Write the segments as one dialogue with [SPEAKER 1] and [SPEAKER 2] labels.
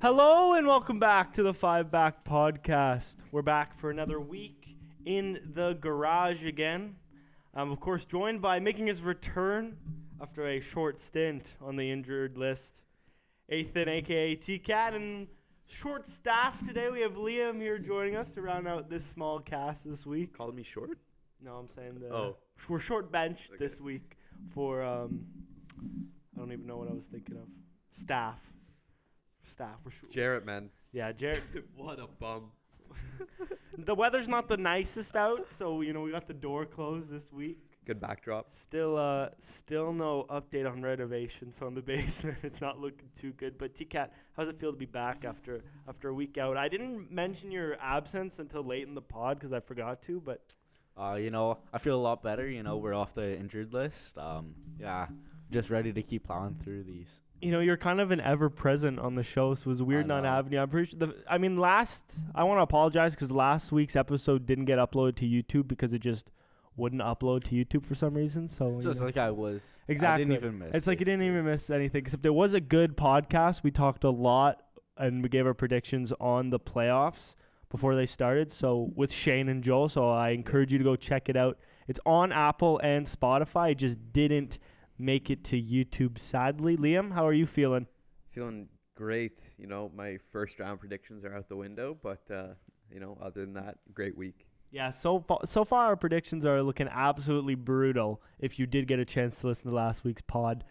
[SPEAKER 1] Hello and welcome back to the Five Back Podcast. We're back for another week in the garage again. I'm of course joined by making his return after a short stint on the injured list, Ethan, aka T Cat, and short staff today. We have Liam here joining us to round out this small cast this week.
[SPEAKER 2] Called me short?
[SPEAKER 1] No, I'm saying the
[SPEAKER 2] Oh.
[SPEAKER 1] we're short benched
[SPEAKER 2] Okay.
[SPEAKER 1] this week for um, I don't even know what I was thinking of. Staff, staff. We're short.
[SPEAKER 2] Jarrett, man.
[SPEAKER 1] Yeah, Jared.
[SPEAKER 2] what a bum.
[SPEAKER 1] the weather's not the nicest out, so you know we got the door closed this week.
[SPEAKER 2] Good backdrop.
[SPEAKER 1] Still, uh, still no update on renovations on the basement. It's not looking too good. But T Cat, how's it feel to be back after after a week out? I didn't mention your absence until late in the pod because I forgot to. But
[SPEAKER 3] Uh, you know, I feel a lot better. You know, we're off the injured list. Um, yeah, just ready to keep plowing through these.
[SPEAKER 1] you know, you're kind of an ever present on the show, so it was weird not
[SPEAKER 3] know.
[SPEAKER 1] having you. I'm pretty sure. The, I mean, last I want to apologize because last week's episode didn't get uploaded to YouTube because it just wouldn't upload to YouTube for some reason. So
[SPEAKER 3] So
[SPEAKER 1] you
[SPEAKER 3] it's
[SPEAKER 1] know.
[SPEAKER 3] like I was.
[SPEAKER 1] Exactly.
[SPEAKER 3] I didn't even miss.
[SPEAKER 1] It's like you didn't
[SPEAKER 3] basically.
[SPEAKER 1] even miss anything, except it was a good podcast. We talked a lot and we gave our predictions on the playoffs before they started. So with Shane and Joel, so I encourage you to go check it out. It's on Apple and Spotify. It just didn't make it to YouTube, sadly. Liam, how are you feeling?
[SPEAKER 2] Feeling great. You know, my first round predictions are out the window, but, uh, you know, other than that, great week.
[SPEAKER 1] Yeah, so far, so far our predictions are looking absolutely brutal. If you did get a chance to listen to last week's pod,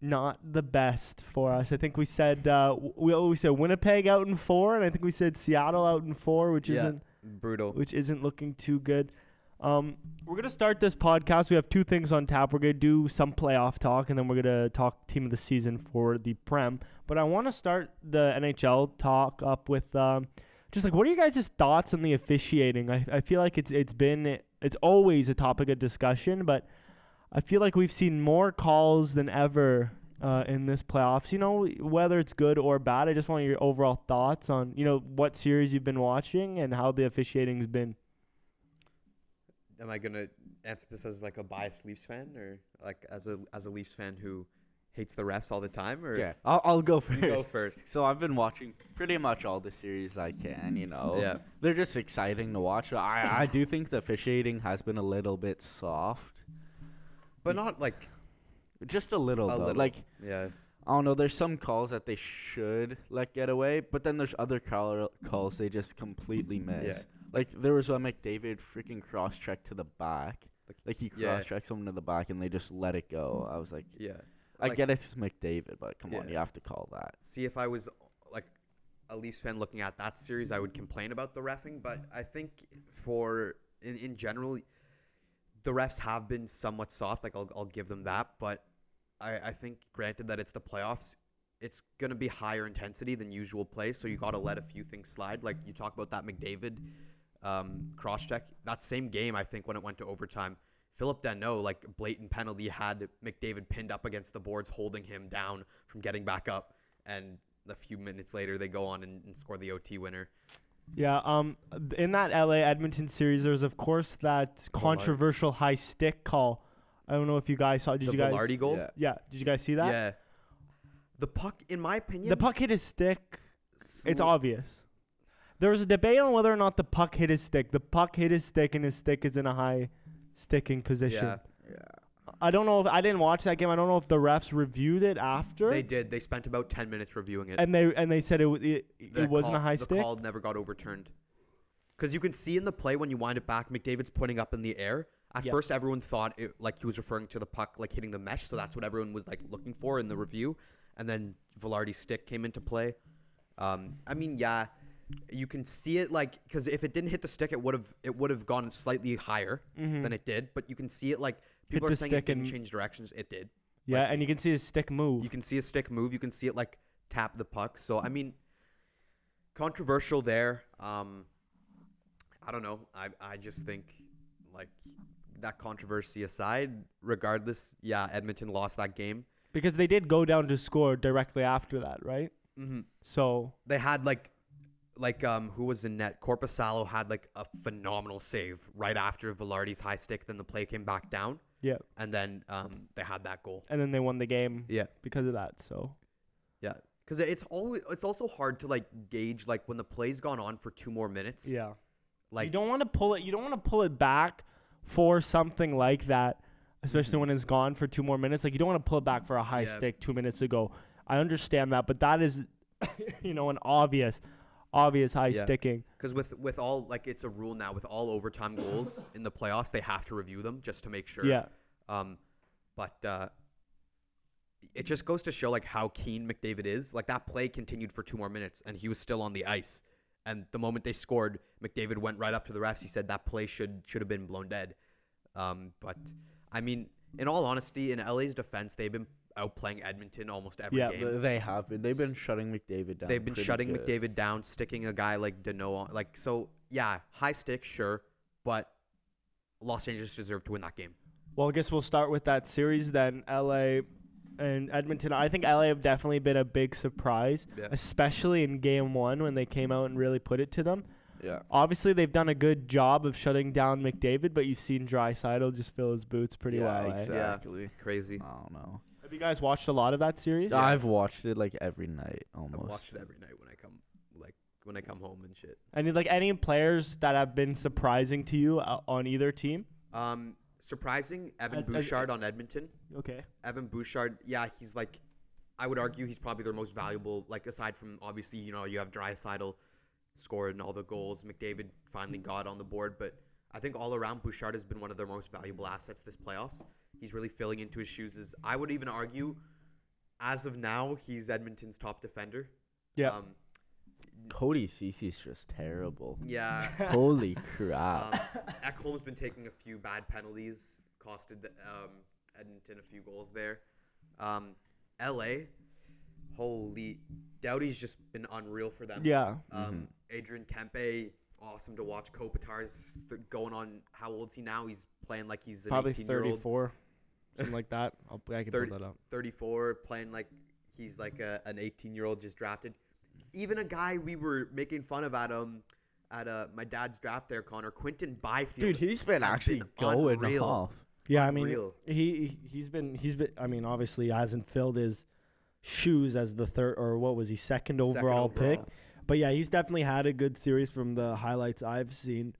[SPEAKER 1] not the best for us. I think we said uh, w- we we said Winnipeg out in four, and I think we said Seattle out in four, which
[SPEAKER 2] Yeah.
[SPEAKER 1] isn't
[SPEAKER 2] Brutal.
[SPEAKER 1] which isn't looking too good. Um, we're gonna start this podcast. We have two things on tap. We're gonna do some playoff talk, and then we're gonna talk team of the season for the Prem. But I want to start the NHL talk up with um, just like what are you guys' thoughts on the officiating? I, I feel like it's it's been it's always a topic of discussion, but I feel like we've seen more calls than ever uh, in this playoffs. You know, whether it's good or bad, I just want your overall thoughts on you know what series you've been watching and how the officiating's been.
[SPEAKER 2] Am I going to answer this as, like, a biased Leafs fan or, like, as a as a Leafs fan who hates the refs all the time? Or
[SPEAKER 3] Yeah, I'll, I'll go first.
[SPEAKER 2] you go first.
[SPEAKER 3] So I've been watching pretty much all the series I can. You know.
[SPEAKER 2] Yeah.
[SPEAKER 3] They're just exciting to watch. I I do think the officiating has been a little bit soft.
[SPEAKER 2] But not, like,
[SPEAKER 3] Just a little
[SPEAKER 2] a
[SPEAKER 3] though.
[SPEAKER 2] little.
[SPEAKER 3] Like
[SPEAKER 2] yeah.
[SPEAKER 3] I don't know. There's some calls that they should let get away, but then there's other call- calls they just completely miss.
[SPEAKER 2] Yeah.
[SPEAKER 3] Like there was one McDavid freaking cross check to the back.
[SPEAKER 2] Like-
[SPEAKER 3] Like he
[SPEAKER 2] Yeah.
[SPEAKER 3] cross checked someone to the back and they just let it go. I was like,
[SPEAKER 2] Yeah.
[SPEAKER 3] I
[SPEAKER 2] Like-
[SPEAKER 3] get it's McDavid, but come on,
[SPEAKER 2] Yeah.
[SPEAKER 3] you have to call that.
[SPEAKER 2] see if I was like a Leafs fan looking at that series, I would complain about the refing. But I think for in, in general, the refs have been somewhat soft. Like I'll, I'll give them that. But I, I think granted that it's the playoffs, it's gonna be higher intensity than usual play. So you gotta let a few things slide. Like you talk about that McDavid um, cross check. That same game, I think when it went to overtime. Philip Deneau, like blatant penalty, had McDavid pinned up against the boards, holding him down from getting back up. And a few minutes later, they go on and, and score the OT winner.
[SPEAKER 1] Yeah, um, th- in that LA Edmonton series, there was of course that controversial high stick call. I don't know if you guys saw. Did
[SPEAKER 2] the
[SPEAKER 1] you guys?
[SPEAKER 2] Velarde goal.
[SPEAKER 3] Yeah.
[SPEAKER 1] Yeah, did you guys see that?
[SPEAKER 2] Yeah. The puck, in my opinion,
[SPEAKER 1] The puck hit his stick.
[SPEAKER 2] sl-
[SPEAKER 1] It's obvious. There was a debate on whether or not the puck hit his stick. The puck hit his stick, and his stick is in a high sticking position.
[SPEAKER 2] Yeah,
[SPEAKER 1] I don't know if I didn't watch that game. I don't know if the refs reviewed it after,
[SPEAKER 2] they did. They spent about ten minutes reviewing it.
[SPEAKER 1] and they and they said it wa- it,
[SPEAKER 2] The
[SPEAKER 1] it wasn't a
[SPEAKER 2] call-
[SPEAKER 1] high
[SPEAKER 2] the
[SPEAKER 1] stick.
[SPEAKER 2] call never got overturned. Because you can see in the play when you wind it back, McDavid's putting up in the air. At
[SPEAKER 1] Yep.
[SPEAKER 2] first, everyone thought it, like he was referring to the puck like hitting the mesh, so that's what everyone was like looking for in the review. And then Velarde's stick came into play. Um, I mean, yeah, you can see it like because if it didn't hit the stick, it would have it would have gone slightly higher than it did. But you can see it like people
[SPEAKER 1] Mm-hmm. the
[SPEAKER 2] are saying it
[SPEAKER 1] stick
[SPEAKER 2] didn't
[SPEAKER 1] and-
[SPEAKER 2] change directions. It did.
[SPEAKER 1] yeah,
[SPEAKER 2] like,
[SPEAKER 1] and you can see his stick move.
[SPEAKER 2] You can see a stick move. You can see it like tap the puck. So I mean, controversial there. Um, I don't know. I I just think like that controversy aside, regardless, yeah, Edmonton lost that game.
[SPEAKER 1] because they did go down to score directly after that, right?
[SPEAKER 2] Mm-hmm.
[SPEAKER 1] So
[SPEAKER 2] They had like like um who was in net? Corpusalo had like a phenomenal save right after Velarde's high stick. Then the play came back down,
[SPEAKER 1] yeah,
[SPEAKER 2] and then um they had that goal.
[SPEAKER 1] and then they won the game
[SPEAKER 2] Yeah,
[SPEAKER 1] because of that. So
[SPEAKER 2] yeah. because it's always it's also hard to like gauge like when the play's gone on for two more minutes.
[SPEAKER 1] Yeah.
[SPEAKER 2] Like
[SPEAKER 1] you don't want to pull it. You don't want to pull it back for something like that, especially when it's gone for two more minutes. Like you don't want to pull it back for a high
[SPEAKER 2] Mm-hmm. Yeah.
[SPEAKER 1] stick two minutes ago. I understand that, but that is, you know, an obvious, obvious high
[SPEAKER 2] Yeah.
[SPEAKER 1] sticking.
[SPEAKER 2] Because with with all like it's a rule now with all overtime goals in the playoffs, they have to review them just to make sure.
[SPEAKER 1] Yeah.
[SPEAKER 2] Um, but uh, it just goes to show like how keen McDavid is. Like that play continued for two more minutes, and he was still on the ice. And the moment they scored, McDavid went right up to the refs. He said that play should should have been blown dead. Um, but I mean, in all honesty, in LA's defense, they've been outplaying Edmonton almost every
[SPEAKER 1] Yeah,
[SPEAKER 2] game.
[SPEAKER 3] Th- They have been. They've been shutting McDavid down.
[SPEAKER 2] They've been
[SPEAKER 3] pretty
[SPEAKER 2] shutting
[SPEAKER 3] good.
[SPEAKER 2] McDavid down, sticking a guy like Dano on. Like, so, yeah, high stick, sure, but Los Angeles deserved to win that game.
[SPEAKER 1] Well, I guess we'll start with that series then. LA and Edmonton. I think LA have definitely been a big surprise,
[SPEAKER 2] Yeah.
[SPEAKER 1] especially in game one when they came out and really put it to them.
[SPEAKER 3] Yeah.
[SPEAKER 1] Obviously, they've done a good job of shutting down McDavid, but you've seen Drysidle just fill his boots pretty
[SPEAKER 3] yeah,
[SPEAKER 1] well. eh?
[SPEAKER 3] Exactly.
[SPEAKER 2] Crazy.
[SPEAKER 3] I don't know.
[SPEAKER 1] Have you guys watched a lot of that series?
[SPEAKER 2] Yeah.
[SPEAKER 3] I've watched it like every night
[SPEAKER 2] I
[SPEAKER 3] almost.
[SPEAKER 2] watch it every night when I come, like, when I come home and shit.
[SPEAKER 1] Any like any players that have been surprising to you uh, on either team?
[SPEAKER 2] Um, surprising, Evan
[SPEAKER 1] As- as-
[SPEAKER 2] Bouchard on Edmonton.
[SPEAKER 1] Okay.
[SPEAKER 2] Evan Bouchard, yeah, he's like, I would argue he's probably their most valuable. Like, aside from obviously, you know, you have Drysidle scored and all the goals. McDavid finally got on the board, but I think all around Bouchard has been one of their most valuable assets this playoffs. He's really filling into his shoes. As I would even argue, as of now, he's Edmonton's top defender.
[SPEAKER 1] Yeah.
[SPEAKER 2] Um,
[SPEAKER 3] Cody Cece's just terrible.
[SPEAKER 2] yeah.
[SPEAKER 3] Holy crap.
[SPEAKER 2] Um, Ekholm's been taking a few bad penalties, costed um, Edmonton a few goals there. Um, LA, holy, Doughty's just been unreal for them.
[SPEAKER 1] yeah.
[SPEAKER 2] Um, Adrian Kempe, awesome to watch. Kopitar's th- going on. How old is he now? He's playing like he's an
[SPEAKER 1] Probably
[SPEAKER 2] 18 year old,
[SPEAKER 1] thirty-four, something like that. I'll, I can
[SPEAKER 2] 30
[SPEAKER 1] pull that up.
[SPEAKER 2] 34, playing like he's like a, an 18 year old just drafted. Even a guy we were making fun of at um at uh, my dad's draft there, Connor Quinton Byfield.
[SPEAKER 3] Dude, he's been
[SPEAKER 2] has
[SPEAKER 3] actually
[SPEAKER 2] been
[SPEAKER 3] going
[SPEAKER 2] unreal.
[SPEAKER 3] off.
[SPEAKER 1] Yeah, I mean,
[SPEAKER 2] Unreal.
[SPEAKER 1] he he's been he's been. I mean, obviously hasn't filled his shoes as the third or what was he second
[SPEAKER 2] Second
[SPEAKER 1] overall, pick.
[SPEAKER 2] overall.
[SPEAKER 1] But yeah, he's definitely had a good series from the highlights I've seen.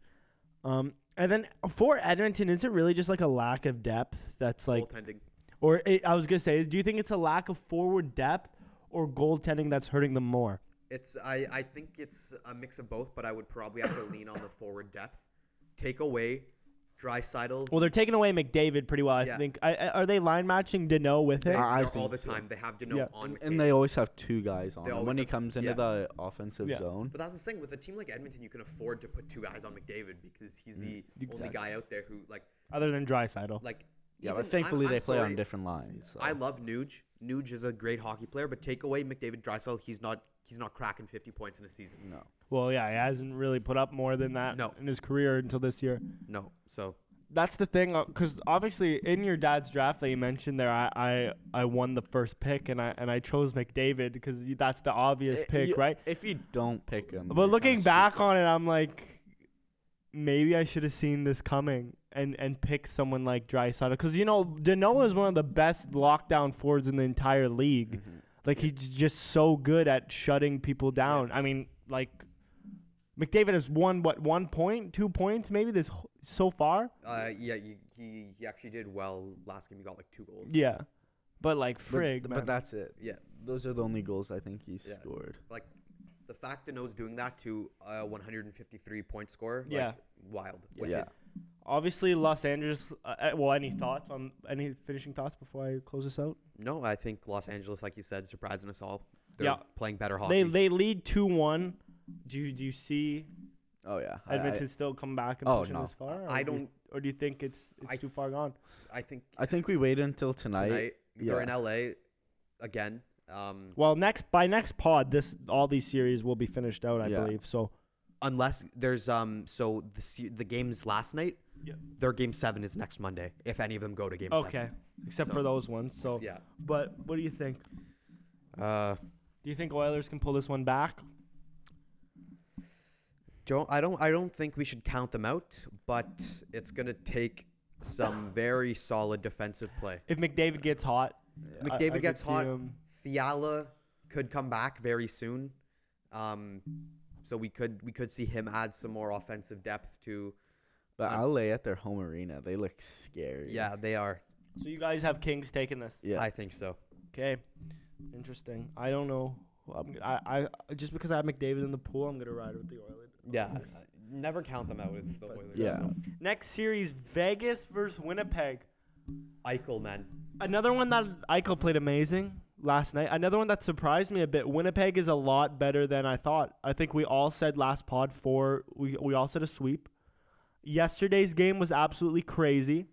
[SPEAKER 1] Um, and then for Edmonton, is it really just like a lack of depth that's like
[SPEAKER 2] goaltending.
[SPEAKER 1] Or it, I was gonna say, do you think it's a lack of forward depth or goaltending that's hurting them more?
[SPEAKER 2] It's I, I think it's a mix of both, but I would probably have to lean on the forward depth. Take away Drysidle.
[SPEAKER 1] Well, they're taking away McDavid pretty well. I
[SPEAKER 2] Yeah.
[SPEAKER 1] think. I, I- are they line matching Dano with him?
[SPEAKER 3] I- I
[SPEAKER 2] all
[SPEAKER 3] think
[SPEAKER 2] the
[SPEAKER 3] so.
[SPEAKER 2] time. They have Dano
[SPEAKER 1] Yeah.
[SPEAKER 2] on
[SPEAKER 3] And
[SPEAKER 2] McDavid.
[SPEAKER 3] they always have two guys on
[SPEAKER 2] They
[SPEAKER 3] him
[SPEAKER 2] always
[SPEAKER 3] when he
[SPEAKER 2] have-
[SPEAKER 3] comes into
[SPEAKER 2] yeah.
[SPEAKER 3] the offensive
[SPEAKER 1] Yeah.
[SPEAKER 3] zone.
[SPEAKER 2] But that's the thing with a team like Edmonton, you can afford to put two guys on McDavid because he's the
[SPEAKER 1] Mm, exactly.
[SPEAKER 2] only guy out there who like
[SPEAKER 1] Other than Drysaitel.
[SPEAKER 2] like.
[SPEAKER 3] Yeah,
[SPEAKER 2] even-
[SPEAKER 3] but thankfully
[SPEAKER 2] I'm-
[SPEAKER 3] they
[SPEAKER 2] I'm
[SPEAKER 3] play
[SPEAKER 2] sorry,
[SPEAKER 3] on different lines. So.
[SPEAKER 2] I love Nuge. Nuge is a great hockey player, but take away McDavid Drysdale, he's not he's not cracking 50 points in a season.
[SPEAKER 3] no.
[SPEAKER 1] Well, yeah, he hasn't really put up more than that
[SPEAKER 2] No.
[SPEAKER 1] in his career until this year.
[SPEAKER 2] No. So
[SPEAKER 1] That's the thing, because obviously in your dad's draft that you mentioned there, I, I, I won the first pick and I and I chose McDavid because that's the obvious
[SPEAKER 3] I-
[SPEAKER 1] pick,
[SPEAKER 3] Eh, you-
[SPEAKER 1] right?
[SPEAKER 3] If you don't pick him.
[SPEAKER 1] But looking back on it, I'm like, maybe I should have seen this coming and and picked someone like Drysdale because you know Dano is one of the best lockdown forwards in the entire league.
[SPEAKER 2] Mm-hmm.
[SPEAKER 1] Like he's just so good at shutting people down. I mean, like McDavid has won what one point, two points maybe this wh- so far.
[SPEAKER 2] uh, yeah, you, he he actually did well last game. He got like two goals.
[SPEAKER 1] Yeah, but like
[SPEAKER 3] Frig,
[SPEAKER 1] frig,
[SPEAKER 3] but,
[SPEAKER 1] man.
[SPEAKER 3] that's it.
[SPEAKER 2] Yeah.
[SPEAKER 3] Those are the only goals I think he
[SPEAKER 2] Yeah.
[SPEAKER 3] scored.
[SPEAKER 2] like the fact that Noah's doing that to a 153 point score, like,
[SPEAKER 1] Yeah.
[SPEAKER 2] wild.
[SPEAKER 3] Yeah.
[SPEAKER 2] Wicked.
[SPEAKER 1] Obviously, Los Angeles. Uh, uh, well, any thoughts on any finishing thoughts before I close this out?
[SPEAKER 2] No, I think Los Angeles, like you said, surprising us all. They're
[SPEAKER 1] Yeah.
[SPEAKER 2] playing better hockey.
[SPEAKER 1] They they lead two one. Do you, do you see
[SPEAKER 3] Oh yeah. I- I-
[SPEAKER 1] Edmonton still come back and
[SPEAKER 3] Oh,
[SPEAKER 1] push them
[SPEAKER 3] no.
[SPEAKER 1] this far? Or
[SPEAKER 2] I
[SPEAKER 1] do you-
[SPEAKER 2] don't-
[SPEAKER 1] or do you think it's it's
[SPEAKER 2] I-
[SPEAKER 1] too far gone?
[SPEAKER 2] I think
[SPEAKER 3] I, think we wait until tonight.
[SPEAKER 2] tonight they're
[SPEAKER 3] yeah.
[SPEAKER 2] in LA again. Um,
[SPEAKER 1] Well, next by next pod, this all these series will be finished out, I
[SPEAKER 3] Yeah.
[SPEAKER 1] believe. So
[SPEAKER 2] unless there's um, so the se- the games last night,
[SPEAKER 1] Yeah.
[SPEAKER 2] their game seven is next Monday. If any of them go to game
[SPEAKER 1] okay, except for
[SPEAKER 3] So-
[SPEAKER 1] those ones. So
[SPEAKER 2] seven.
[SPEAKER 1] but what do you think?
[SPEAKER 2] Yeah. Uh,
[SPEAKER 1] Do you think Oilers can pull this one back?
[SPEAKER 2] don't I don't I don't think we should count them out, but it's gonna take some very solid defensive play.
[SPEAKER 1] If McDavid gets hot,
[SPEAKER 3] Yeah.
[SPEAKER 1] I- I
[SPEAKER 2] McDavid
[SPEAKER 1] could
[SPEAKER 2] gets
[SPEAKER 1] see
[SPEAKER 2] hot.
[SPEAKER 1] him-
[SPEAKER 2] Fiala could come back very soon. Um, so we could we could see him add some more offensive depth to.
[SPEAKER 3] But
[SPEAKER 2] Um,
[SPEAKER 3] LA at their home arena, they look scary.
[SPEAKER 2] Yeah, they are.
[SPEAKER 1] So you guys have Kings taking this.
[SPEAKER 3] Yeah.
[SPEAKER 2] I think so.
[SPEAKER 1] Okay, interesting. I don't know. who I'm, I, I just because I have McDavid in the pool, I'm gonna ride with the Oilers.
[SPEAKER 2] Yeah, never count them out. It's the
[SPEAKER 1] But-
[SPEAKER 2] Oilers.
[SPEAKER 3] yeah.
[SPEAKER 2] so.
[SPEAKER 1] Next series, Vegas versus Winnipeg.
[SPEAKER 2] Eichel, man.
[SPEAKER 1] Another one that Eichel played amazing last night. Another one that surprised me a bit. Winnipeg is a lot better than I thought. I think we all said last pod four. We we all said a sweep. Yesterday's game was absolutely crazy,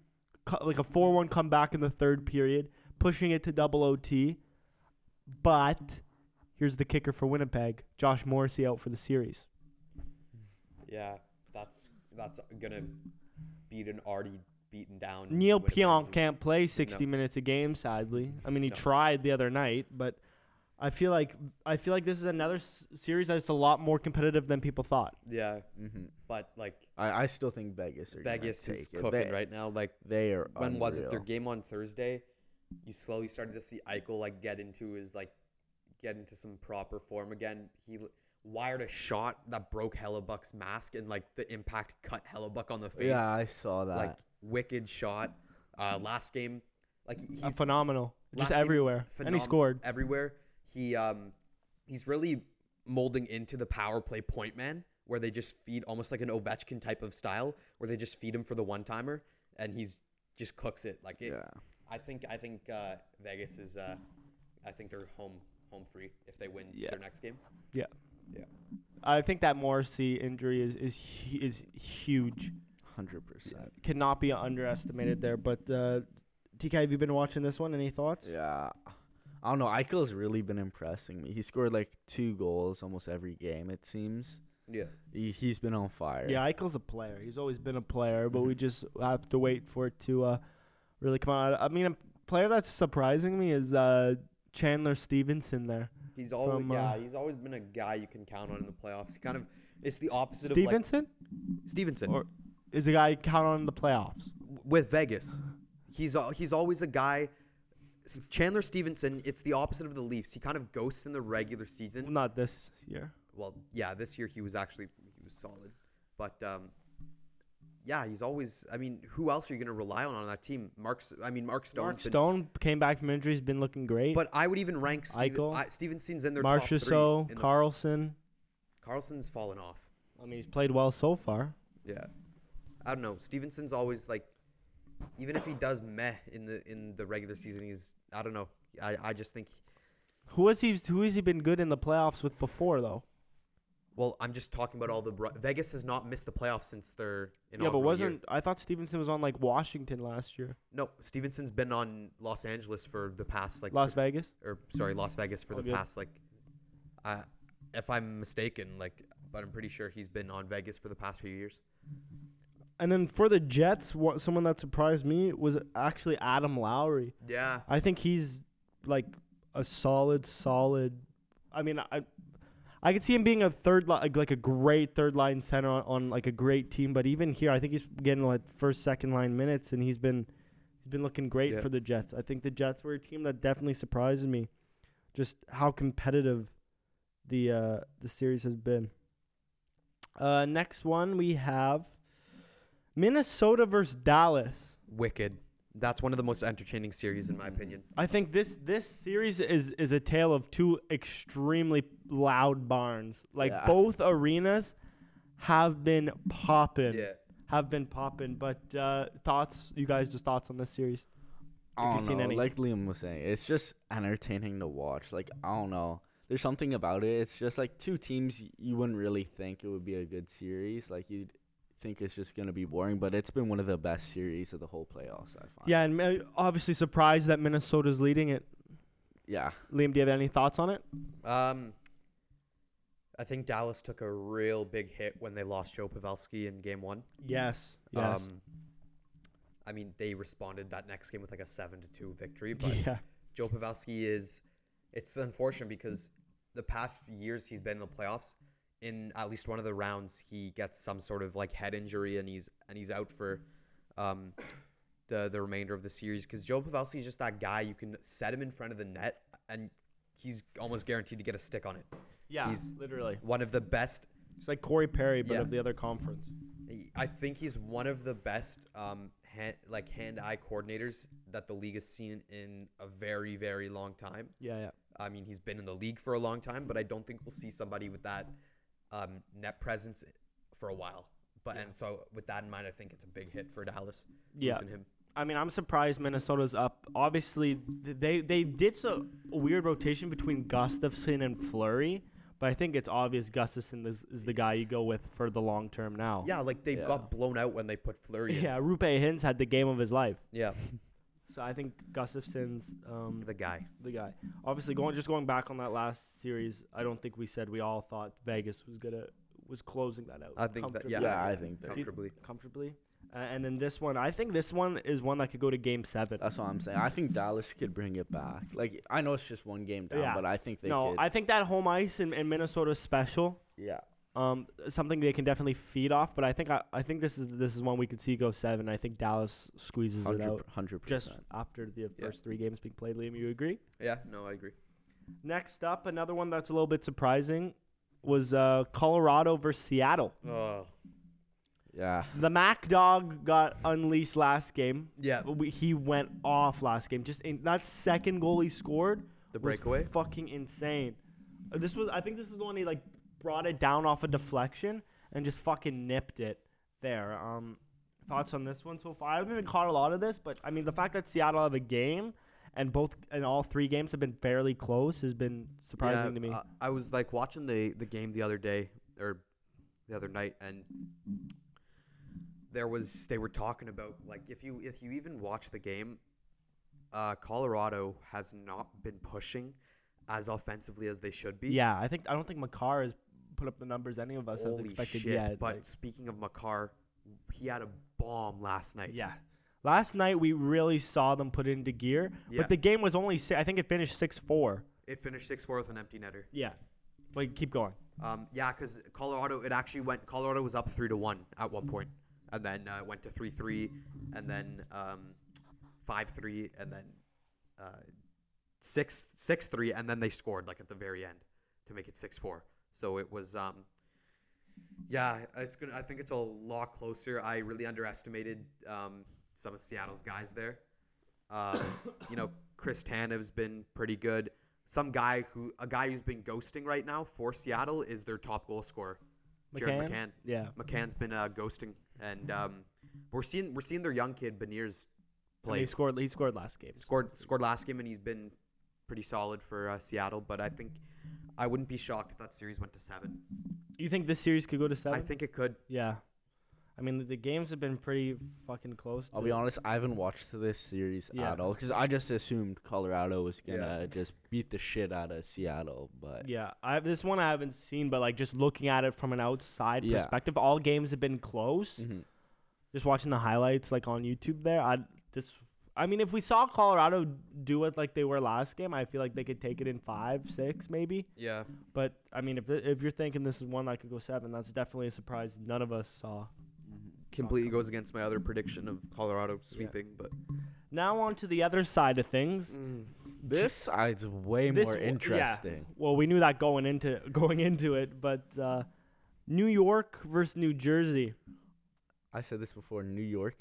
[SPEAKER 1] Co- like a four-one comeback in the third period, pushing it to double OT. But here's the kicker for Winnipeg: Josh Morrissey out for the series.
[SPEAKER 2] Yeah, that's that's gonna beat an already beaten down.
[SPEAKER 1] Neil
[SPEAKER 2] Winnipeg
[SPEAKER 1] Pionk
[SPEAKER 2] team.
[SPEAKER 1] can't play 60 minutes a game, sadly. I mean, he
[SPEAKER 2] No.
[SPEAKER 1] tried the other night, but I feel like I feel like this is another s- series that's a lot more competitive than people thought.
[SPEAKER 2] Yeah,
[SPEAKER 3] hmm
[SPEAKER 2] but like
[SPEAKER 3] I, I still think Vegas are gonna
[SPEAKER 2] Vegas is
[SPEAKER 3] take it.
[SPEAKER 2] cooking
[SPEAKER 3] they,
[SPEAKER 2] right now. Like
[SPEAKER 3] They are.
[SPEAKER 2] when was it? Their
[SPEAKER 3] unreal.
[SPEAKER 2] game on Thursday. You slowly started to see Eichel like get into his like get into some proper form again. He l- wired a shot that broke Hellebuck's mask and like the impact cut Hellebuck on the face.
[SPEAKER 3] Yeah, I saw that.
[SPEAKER 2] like wicked shot. Uh, last game, like he-
[SPEAKER 1] Uh,
[SPEAKER 2] he's
[SPEAKER 1] phenomenal,
[SPEAKER 2] last
[SPEAKER 1] just
[SPEAKER 2] game,
[SPEAKER 1] everywhere, and he
[SPEAKER 2] phenom-
[SPEAKER 1] scored.
[SPEAKER 2] everywhere. He um, he's really molding into the power play point man, where they just feed almost like an Ovechkin type of style, where they just feed him for the one timer, and he's just cooks it. Like it,
[SPEAKER 3] yeah.
[SPEAKER 2] I think I think uh, Vegas is uh, I think they're home home free if they win
[SPEAKER 1] Yeah.
[SPEAKER 2] their next game.
[SPEAKER 1] Yeah,
[SPEAKER 2] Yeah.
[SPEAKER 1] I think that Morrissey injury is is hu- is huge.
[SPEAKER 3] Hundred percent.
[SPEAKER 1] Cannot be underestimated there. But uh, TK, have you been watching this one? Any thoughts?
[SPEAKER 3] Yeah. I don't know. Eichel's really been impressing me. He scored like two goals almost every game. It seems
[SPEAKER 2] Yeah.
[SPEAKER 3] he, he's been on fire.
[SPEAKER 1] Yeah, Eichel's a player. He's always been a player, but we just have to wait for it to uh, really come out. I mean, a player that's surprising me is uh, Chandler Stevenson there.
[SPEAKER 2] He's always
[SPEAKER 1] From, uh,
[SPEAKER 2] yeah, he's always been a guy you can count on in the playoffs. Kind of it's the opposite of
[SPEAKER 1] Stevenson
[SPEAKER 2] like Stevenson.
[SPEAKER 1] or is a guy you count on in the playoffs?
[SPEAKER 2] w- with Vegas. He's al- he's always a guy. S- Chandler Stevenson. It's the opposite of the Leafs. He kind of ghosts in the regular
[SPEAKER 1] Well,
[SPEAKER 2] season.
[SPEAKER 1] not this year.
[SPEAKER 2] Well, yeah, this year he was actually he was solid, but um, yeah, he's always. I mean, who else are you going to rely on on that team? Mark's. I mean, Mark Stone.
[SPEAKER 1] Mark Stone came back from injury. He's been looking great.
[SPEAKER 2] But I would even rank
[SPEAKER 1] Eichel,
[SPEAKER 2] Steven, I, Stevenson's in their top three.
[SPEAKER 1] Marchessault,
[SPEAKER 2] in the-
[SPEAKER 1] Carlson.
[SPEAKER 2] Carlson's fallen off.
[SPEAKER 1] I mean, he's played well so far.
[SPEAKER 2] Yeah, I don't know. Stevenson's always like, even if he does meh in the in the regular season, he's I don't know. I, I just think
[SPEAKER 1] Who has he? Who has he been good in the playoffs with before though?
[SPEAKER 2] Well, I'm just talking about all the bro- Vegas has not missed the playoffs since their
[SPEAKER 1] yeah, but
[SPEAKER 2] inaugural year.
[SPEAKER 1] wasn't I thought Stevenson was on like Washington last year,
[SPEAKER 2] no Stevenson's been on Los Angeles for the past like
[SPEAKER 1] Las Vegas?
[SPEAKER 2] or sorry Las Vegas for
[SPEAKER 1] Oh,
[SPEAKER 2] the
[SPEAKER 1] good.
[SPEAKER 2] past like, uh, if I'm mistaken, like but I'm pretty sure he's been on Vegas for the past few years.
[SPEAKER 1] And then for the Jets, what, someone that surprised me was actually Adam Lowry.
[SPEAKER 2] Yeah,
[SPEAKER 1] I think he's like a solid, solid. I mean, I, I could see him being a third li- like, like a great third line center on, on like a great team. But even here, I think he's getting like first, second line minutes, and he's been he's been looking great
[SPEAKER 2] Yeah.
[SPEAKER 1] for the Jets. I think the Jets were a team that definitely surprised me, just how competitive the uh, the series has been. Uh, next one we have Minnesota versus Dallas.
[SPEAKER 2] wicked. That's one of the most entertaining series in my opinion.
[SPEAKER 1] I think this this series is is a tale of two extremely loud barns. Like
[SPEAKER 3] Yeah.
[SPEAKER 1] both arenas have been popping.
[SPEAKER 2] Yeah,
[SPEAKER 1] Have been popping. But uh, thoughts, you guys, just thoughts on this series?
[SPEAKER 3] I
[SPEAKER 1] If
[SPEAKER 3] don't
[SPEAKER 1] you've seen
[SPEAKER 3] know,
[SPEAKER 1] any.
[SPEAKER 3] Like Liam was saying, it's just entertaining to watch. Like I don't know. There's something about it. It's just like two teams y- you wouldn't really think it would be a good series. Like you'd think it's just gonna be boring, but it's been one of the best series of the whole playoffs. I
[SPEAKER 2] Uh,
[SPEAKER 3] find.
[SPEAKER 1] Yeah, and ma- obviously surprised that Minnesota's leading it.
[SPEAKER 3] Yeah.
[SPEAKER 1] Liam, do you have any thoughts on it?
[SPEAKER 2] Um, I think Dallas took a real big hit when they lost Joe Pavelski in Game One.
[SPEAKER 1] Yes. Yes.
[SPEAKER 2] Um, I mean, they responded that next game with like a seven to two victory, but
[SPEAKER 1] yeah.
[SPEAKER 2] Joe Pavelski is. It's unfortunate because the past few years he's been in the playoffs. In at least one of the rounds, he gets some sort of like head injury, and he's and he's out for um, the the remainder of the series. Because Joe Pavelski is just that guy you can set him in front of the net, and he's almost guaranteed to get a stick on it.
[SPEAKER 1] Yeah,
[SPEAKER 2] He's-
[SPEAKER 1] literally.
[SPEAKER 2] One of the best.
[SPEAKER 1] It's like Corey Perry, but
[SPEAKER 2] Yeah.
[SPEAKER 1] of the other conference.
[SPEAKER 2] I think he's one of the best, um, hand, like hand-eye coordinators that the league has seen in a very, very long time.
[SPEAKER 1] Yeah, yeah.
[SPEAKER 2] I mean, he's been in the league for a long time, but I don't think we'll see somebody with that um, net presence for a while. But and so with that in mind, I think it's a big hit for Dallas
[SPEAKER 1] Yeah.
[SPEAKER 2] losing him.
[SPEAKER 1] I mean, I'm surprised Minnesota's up. Obviously, th- they they did so a weird rotation between Gustafson and Flurry, but I think it's obvious Gustafson is, is the guy you go with for the long term now.
[SPEAKER 2] Yeah, like they
[SPEAKER 3] Yeah.
[SPEAKER 2] got blown out when they put Flurry in. Yeah,
[SPEAKER 1] yeah. Rupe Hintz had the game of his life,
[SPEAKER 2] yeah,
[SPEAKER 1] so I think Gustafson's um,
[SPEAKER 2] the guy.
[SPEAKER 1] the guy. Obviously, going just going back on that last series, I don't think we said we all thought Vegas was gonna was closing that out.
[SPEAKER 2] I think that. Yeah,
[SPEAKER 1] comfortably.
[SPEAKER 3] Yeah, I think that-
[SPEAKER 2] comfortably.
[SPEAKER 1] comfortably. Uh, and then this one, I think this one is one that could go to Game Seven.
[SPEAKER 3] That's what I'm saying. I think Dallas could bring it back. Like I know it's just one game down,
[SPEAKER 1] Yeah.
[SPEAKER 3] but I think they
[SPEAKER 1] no,
[SPEAKER 3] could.
[SPEAKER 1] I think that home ice in, in Minnesota is special.
[SPEAKER 3] yeah.
[SPEAKER 1] Um, something they can definitely feed off. But I think I, I think this is this is one we could see go seven. I think Dallas squeezes it out
[SPEAKER 3] 100
[SPEAKER 1] just
[SPEAKER 3] percent.
[SPEAKER 1] after the
[SPEAKER 2] Yeah.
[SPEAKER 1] first three games being played. Liam, you agree?
[SPEAKER 2] Yeah, no, I agree.
[SPEAKER 1] Next up, another one that's a little bit surprising was uh, Colorado versus Seattle.
[SPEAKER 2] Oh,
[SPEAKER 3] Yeah.
[SPEAKER 1] The Mac Dog got unleashed last game.
[SPEAKER 2] yeah,
[SPEAKER 1] But we, he went off last game. Just in, that second goal he scored,
[SPEAKER 2] the
[SPEAKER 1] was
[SPEAKER 2] breakaway.
[SPEAKER 1] fucking insane. Uh, This was I think this is the one he like brought it down off a deflection and just fucking nipped it there. Um, thoughts on this one so far? I haven't even caught a lot of this, but I mean the fact that Seattle have a game and both and all three games have been fairly close has been surprising
[SPEAKER 2] Yeah, uh,
[SPEAKER 1] to me.
[SPEAKER 2] I, I was like watching the the game the other day or the other night, and there was they were talking about like if you if you even watch the game, uh, Colorado has not been pushing as offensively as they should be.
[SPEAKER 1] yeah, I think I don't think Makar has put up the numbers any of us have
[SPEAKER 2] holy
[SPEAKER 1] expected
[SPEAKER 2] shit!
[SPEAKER 1] yet.
[SPEAKER 2] but
[SPEAKER 1] like-
[SPEAKER 2] speaking of Makar, he had a bomb last night.
[SPEAKER 1] Yeah. Last night we really saw them put into gear,
[SPEAKER 2] Yeah.
[SPEAKER 1] but the game was only si- I think it finished six four.
[SPEAKER 2] it finished six four with an empty netter.
[SPEAKER 1] Yeah, but keep going.
[SPEAKER 2] Um, yeah, because Colorado, it actually went. Colorado was up three to one at one point, and then uh, went to three three, and then um, five three, and then uh, six six three, and then they scored like at the very end to make it six four. So it was. Um, yeah, it's gonna. I think it's a lot closer. I really underestimated um, some of Seattle's guys there. Uh, you know, Chris Tanev's been pretty good. Some guy who a guy who's been ghosting right now for Seattle is their top goal scorer, Jared McCann.
[SPEAKER 1] Yeah.
[SPEAKER 2] McCann's been uh, ghosting, and um, we're seeing we're seeing their young kid Beniers
[SPEAKER 1] And He
[SPEAKER 2] play.
[SPEAKER 1] scored. He scored last game.
[SPEAKER 2] Scored scored last game, and he's been pretty solid for uh, Seattle. But I think I wouldn't be shocked if that series went to seven.
[SPEAKER 1] You think this series could go to seven?
[SPEAKER 2] I think it could.
[SPEAKER 1] yeah. I mean, the, the games have been pretty fucking close.
[SPEAKER 3] I'll
[SPEAKER 1] to-
[SPEAKER 3] be honest. I haven't watched this series
[SPEAKER 1] Yeah.
[SPEAKER 3] at all because I just assumed Colorado was
[SPEAKER 2] Yeah.
[SPEAKER 3] gonna just beat the shit out of Seattle. But
[SPEAKER 1] Yeah, I, this one I haven't seen, but like just looking at it from an outside
[SPEAKER 3] Yeah.
[SPEAKER 1] perspective, all games have been close.
[SPEAKER 3] Mhm.
[SPEAKER 1] Just watching the highlights like on YouTube, there, I this. I mean, if we saw Colorado do it like they were last game, I feel like they could take it in five, six, maybe.
[SPEAKER 2] Yeah.
[SPEAKER 1] But I mean, if th- if you're thinking this is one that could go seven, that's definitely a surprise none of us saw.
[SPEAKER 2] completely goes against my other prediction of Colorado sweeping, but
[SPEAKER 1] Now on to the other side of things.
[SPEAKER 3] this side's way
[SPEAKER 1] This
[SPEAKER 3] more
[SPEAKER 1] w- yeah.
[SPEAKER 3] interesting.
[SPEAKER 1] Well, we knew that going into going into it, but uh, New York versus New Jersey.
[SPEAKER 3] I said this before. New York,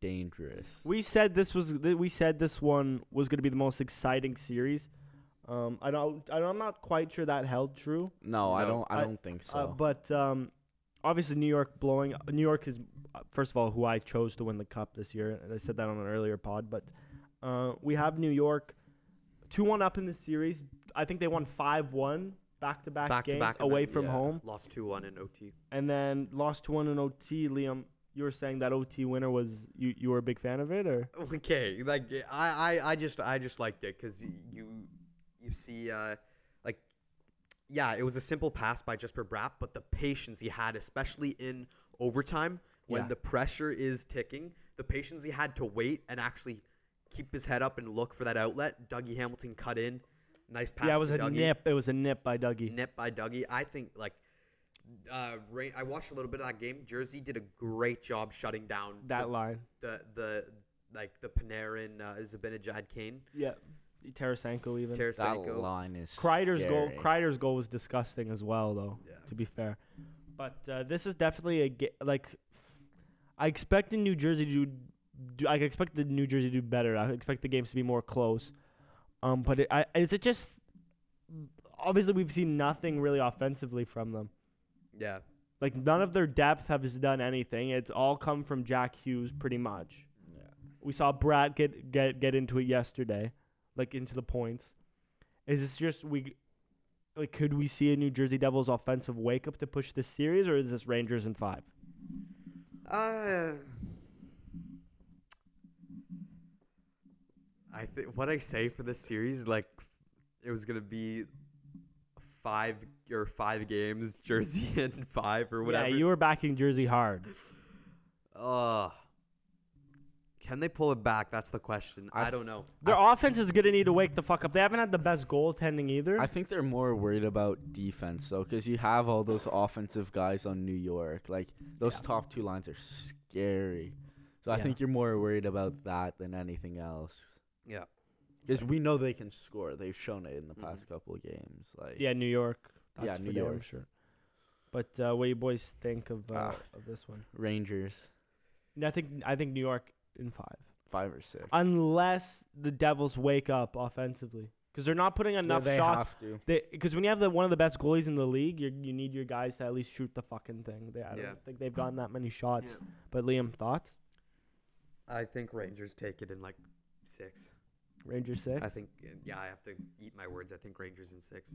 [SPEAKER 3] dangerous.
[SPEAKER 1] We said this was th- we said this one was going to be the most exciting series. Um, I don't, I don't I'm not quite sure that held true.
[SPEAKER 3] no, I
[SPEAKER 2] No,
[SPEAKER 3] don't. I,
[SPEAKER 1] I-
[SPEAKER 3] don't think so.
[SPEAKER 1] Uh, but um, obviously New York blowing New York is uh, first of all who I chose to win the cup this year, and I said that on an earlier pod. But uh, we have New York two one up in the series. I think they won five one back to back
[SPEAKER 2] Back to
[SPEAKER 1] games
[SPEAKER 2] back and
[SPEAKER 1] away
[SPEAKER 2] then-
[SPEAKER 1] from
[SPEAKER 3] yeah.
[SPEAKER 1] home,
[SPEAKER 2] lost two one in OT.
[SPEAKER 1] and then lost two one in OT. Liam, you were saying that OT winner was you you were a big fan of it, or
[SPEAKER 2] Okay, like I, I, I just I just liked it because you you see uh like yeah it was a simple pass by Jesper Brapp, but the patience he had, especially in overtime when
[SPEAKER 1] Yeah.
[SPEAKER 2] the pressure is ticking, the patience he had to wait and actually keep his head up and look for that outlet. Dougie Hamilton cut in, nice pass.
[SPEAKER 1] yeah, it was
[SPEAKER 2] to
[SPEAKER 1] a
[SPEAKER 2] Dougie.
[SPEAKER 1] nip. It was a nip by Dougie.
[SPEAKER 2] nip by Dougie. I think like uh, Rain, I watched a little bit of that game. Jersey did a great job shutting down
[SPEAKER 1] that
[SPEAKER 2] the,
[SPEAKER 1] line.
[SPEAKER 2] the the like the Panarin uh, Zibanejad Kane.
[SPEAKER 1] Yeah. Tarasenko even.
[SPEAKER 3] That
[SPEAKER 2] Tarasenko.
[SPEAKER 3] line is
[SPEAKER 1] Kreider's goal.
[SPEAKER 3] scary.
[SPEAKER 1] Kreider's goal was disgusting as well, though.
[SPEAKER 2] Yeah.
[SPEAKER 1] To be fair, but uh, this is definitely a ga- like. I expect in New Jersey to do. I expect the New Jersey to do better. I expect the games to be more close. Um, but it, I, is it just? Obviously, we've seen nothing really offensively from them.
[SPEAKER 2] Yeah.
[SPEAKER 1] Like none of their depth has done anything. It's all come from Jack Hughes, pretty much.
[SPEAKER 3] Yeah.
[SPEAKER 1] We saw Brad get get get into it yesterday, like into the points. Is this just we, like, could we see a New Jersey Devils offensive wake up to push this series, or is this Rangers in five?
[SPEAKER 2] Uh, I think what I say for this series, like, it was gonna be five or five games, Jersey and five or whatever.
[SPEAKER 1] Yeah, you were backing Jersey hard.
[SPEAKER 2] Ugh. can they pull it back? That's the question. I, don't know.
[SPEAKER 1] Their offense is gonna need to wake the fuck up. They haven't had the best goaltending either.
[SPEAKER 3] I think they're more worried about defense though, because you have all those offensive guys on New York. Like those top two lines are scary. So I
[SPEAKER 1] Yeah.
[SPEAKER 3] think you're more worried about that than anything else.
[SPEAKER 2] Yeah.
[SPEAKER 3] Because we know they can score. They've shown it in the
[SPEAKER 2] Mhm.
[SPEAKER 3] past couple of games. Like
[SPEAKER 1] Mm-hmm. yeah, New York.
[SPEAKER 3] Yeah,
[SPEAKER 1] That's
[SPEAKER 3] New
[SPEAKER 1] for damn
[SPEAKER 3] York.
[SPEAKER 1] sure. But uh, what do you boys think of uh,
[SPEAKER 3] Ah.
[SPEAKER 1] of this one?
[SPEAKER 3] Rangers
[SPEAKER 1] I think I think New York in five,
[SPEAKER 3] five or six.
[SPEAKER 1] unless the Devils wake up offensively, because they're not putting enough shots because when you have the one of the best goalies in the league, you you need your guys to at least shoot the fucking thing. They, I
[SPEAKER 2] Yeah.
[SPEAKER 1] don't think they've gotten that many shots. But Liam, thoughts?
[SPEAKER 2] I think Rangers take it in like six.
[SPEAKER 1] Rangers six.
[SPEAKER 2] I think. Yeah, I have to eat my words. I think Rangers in six.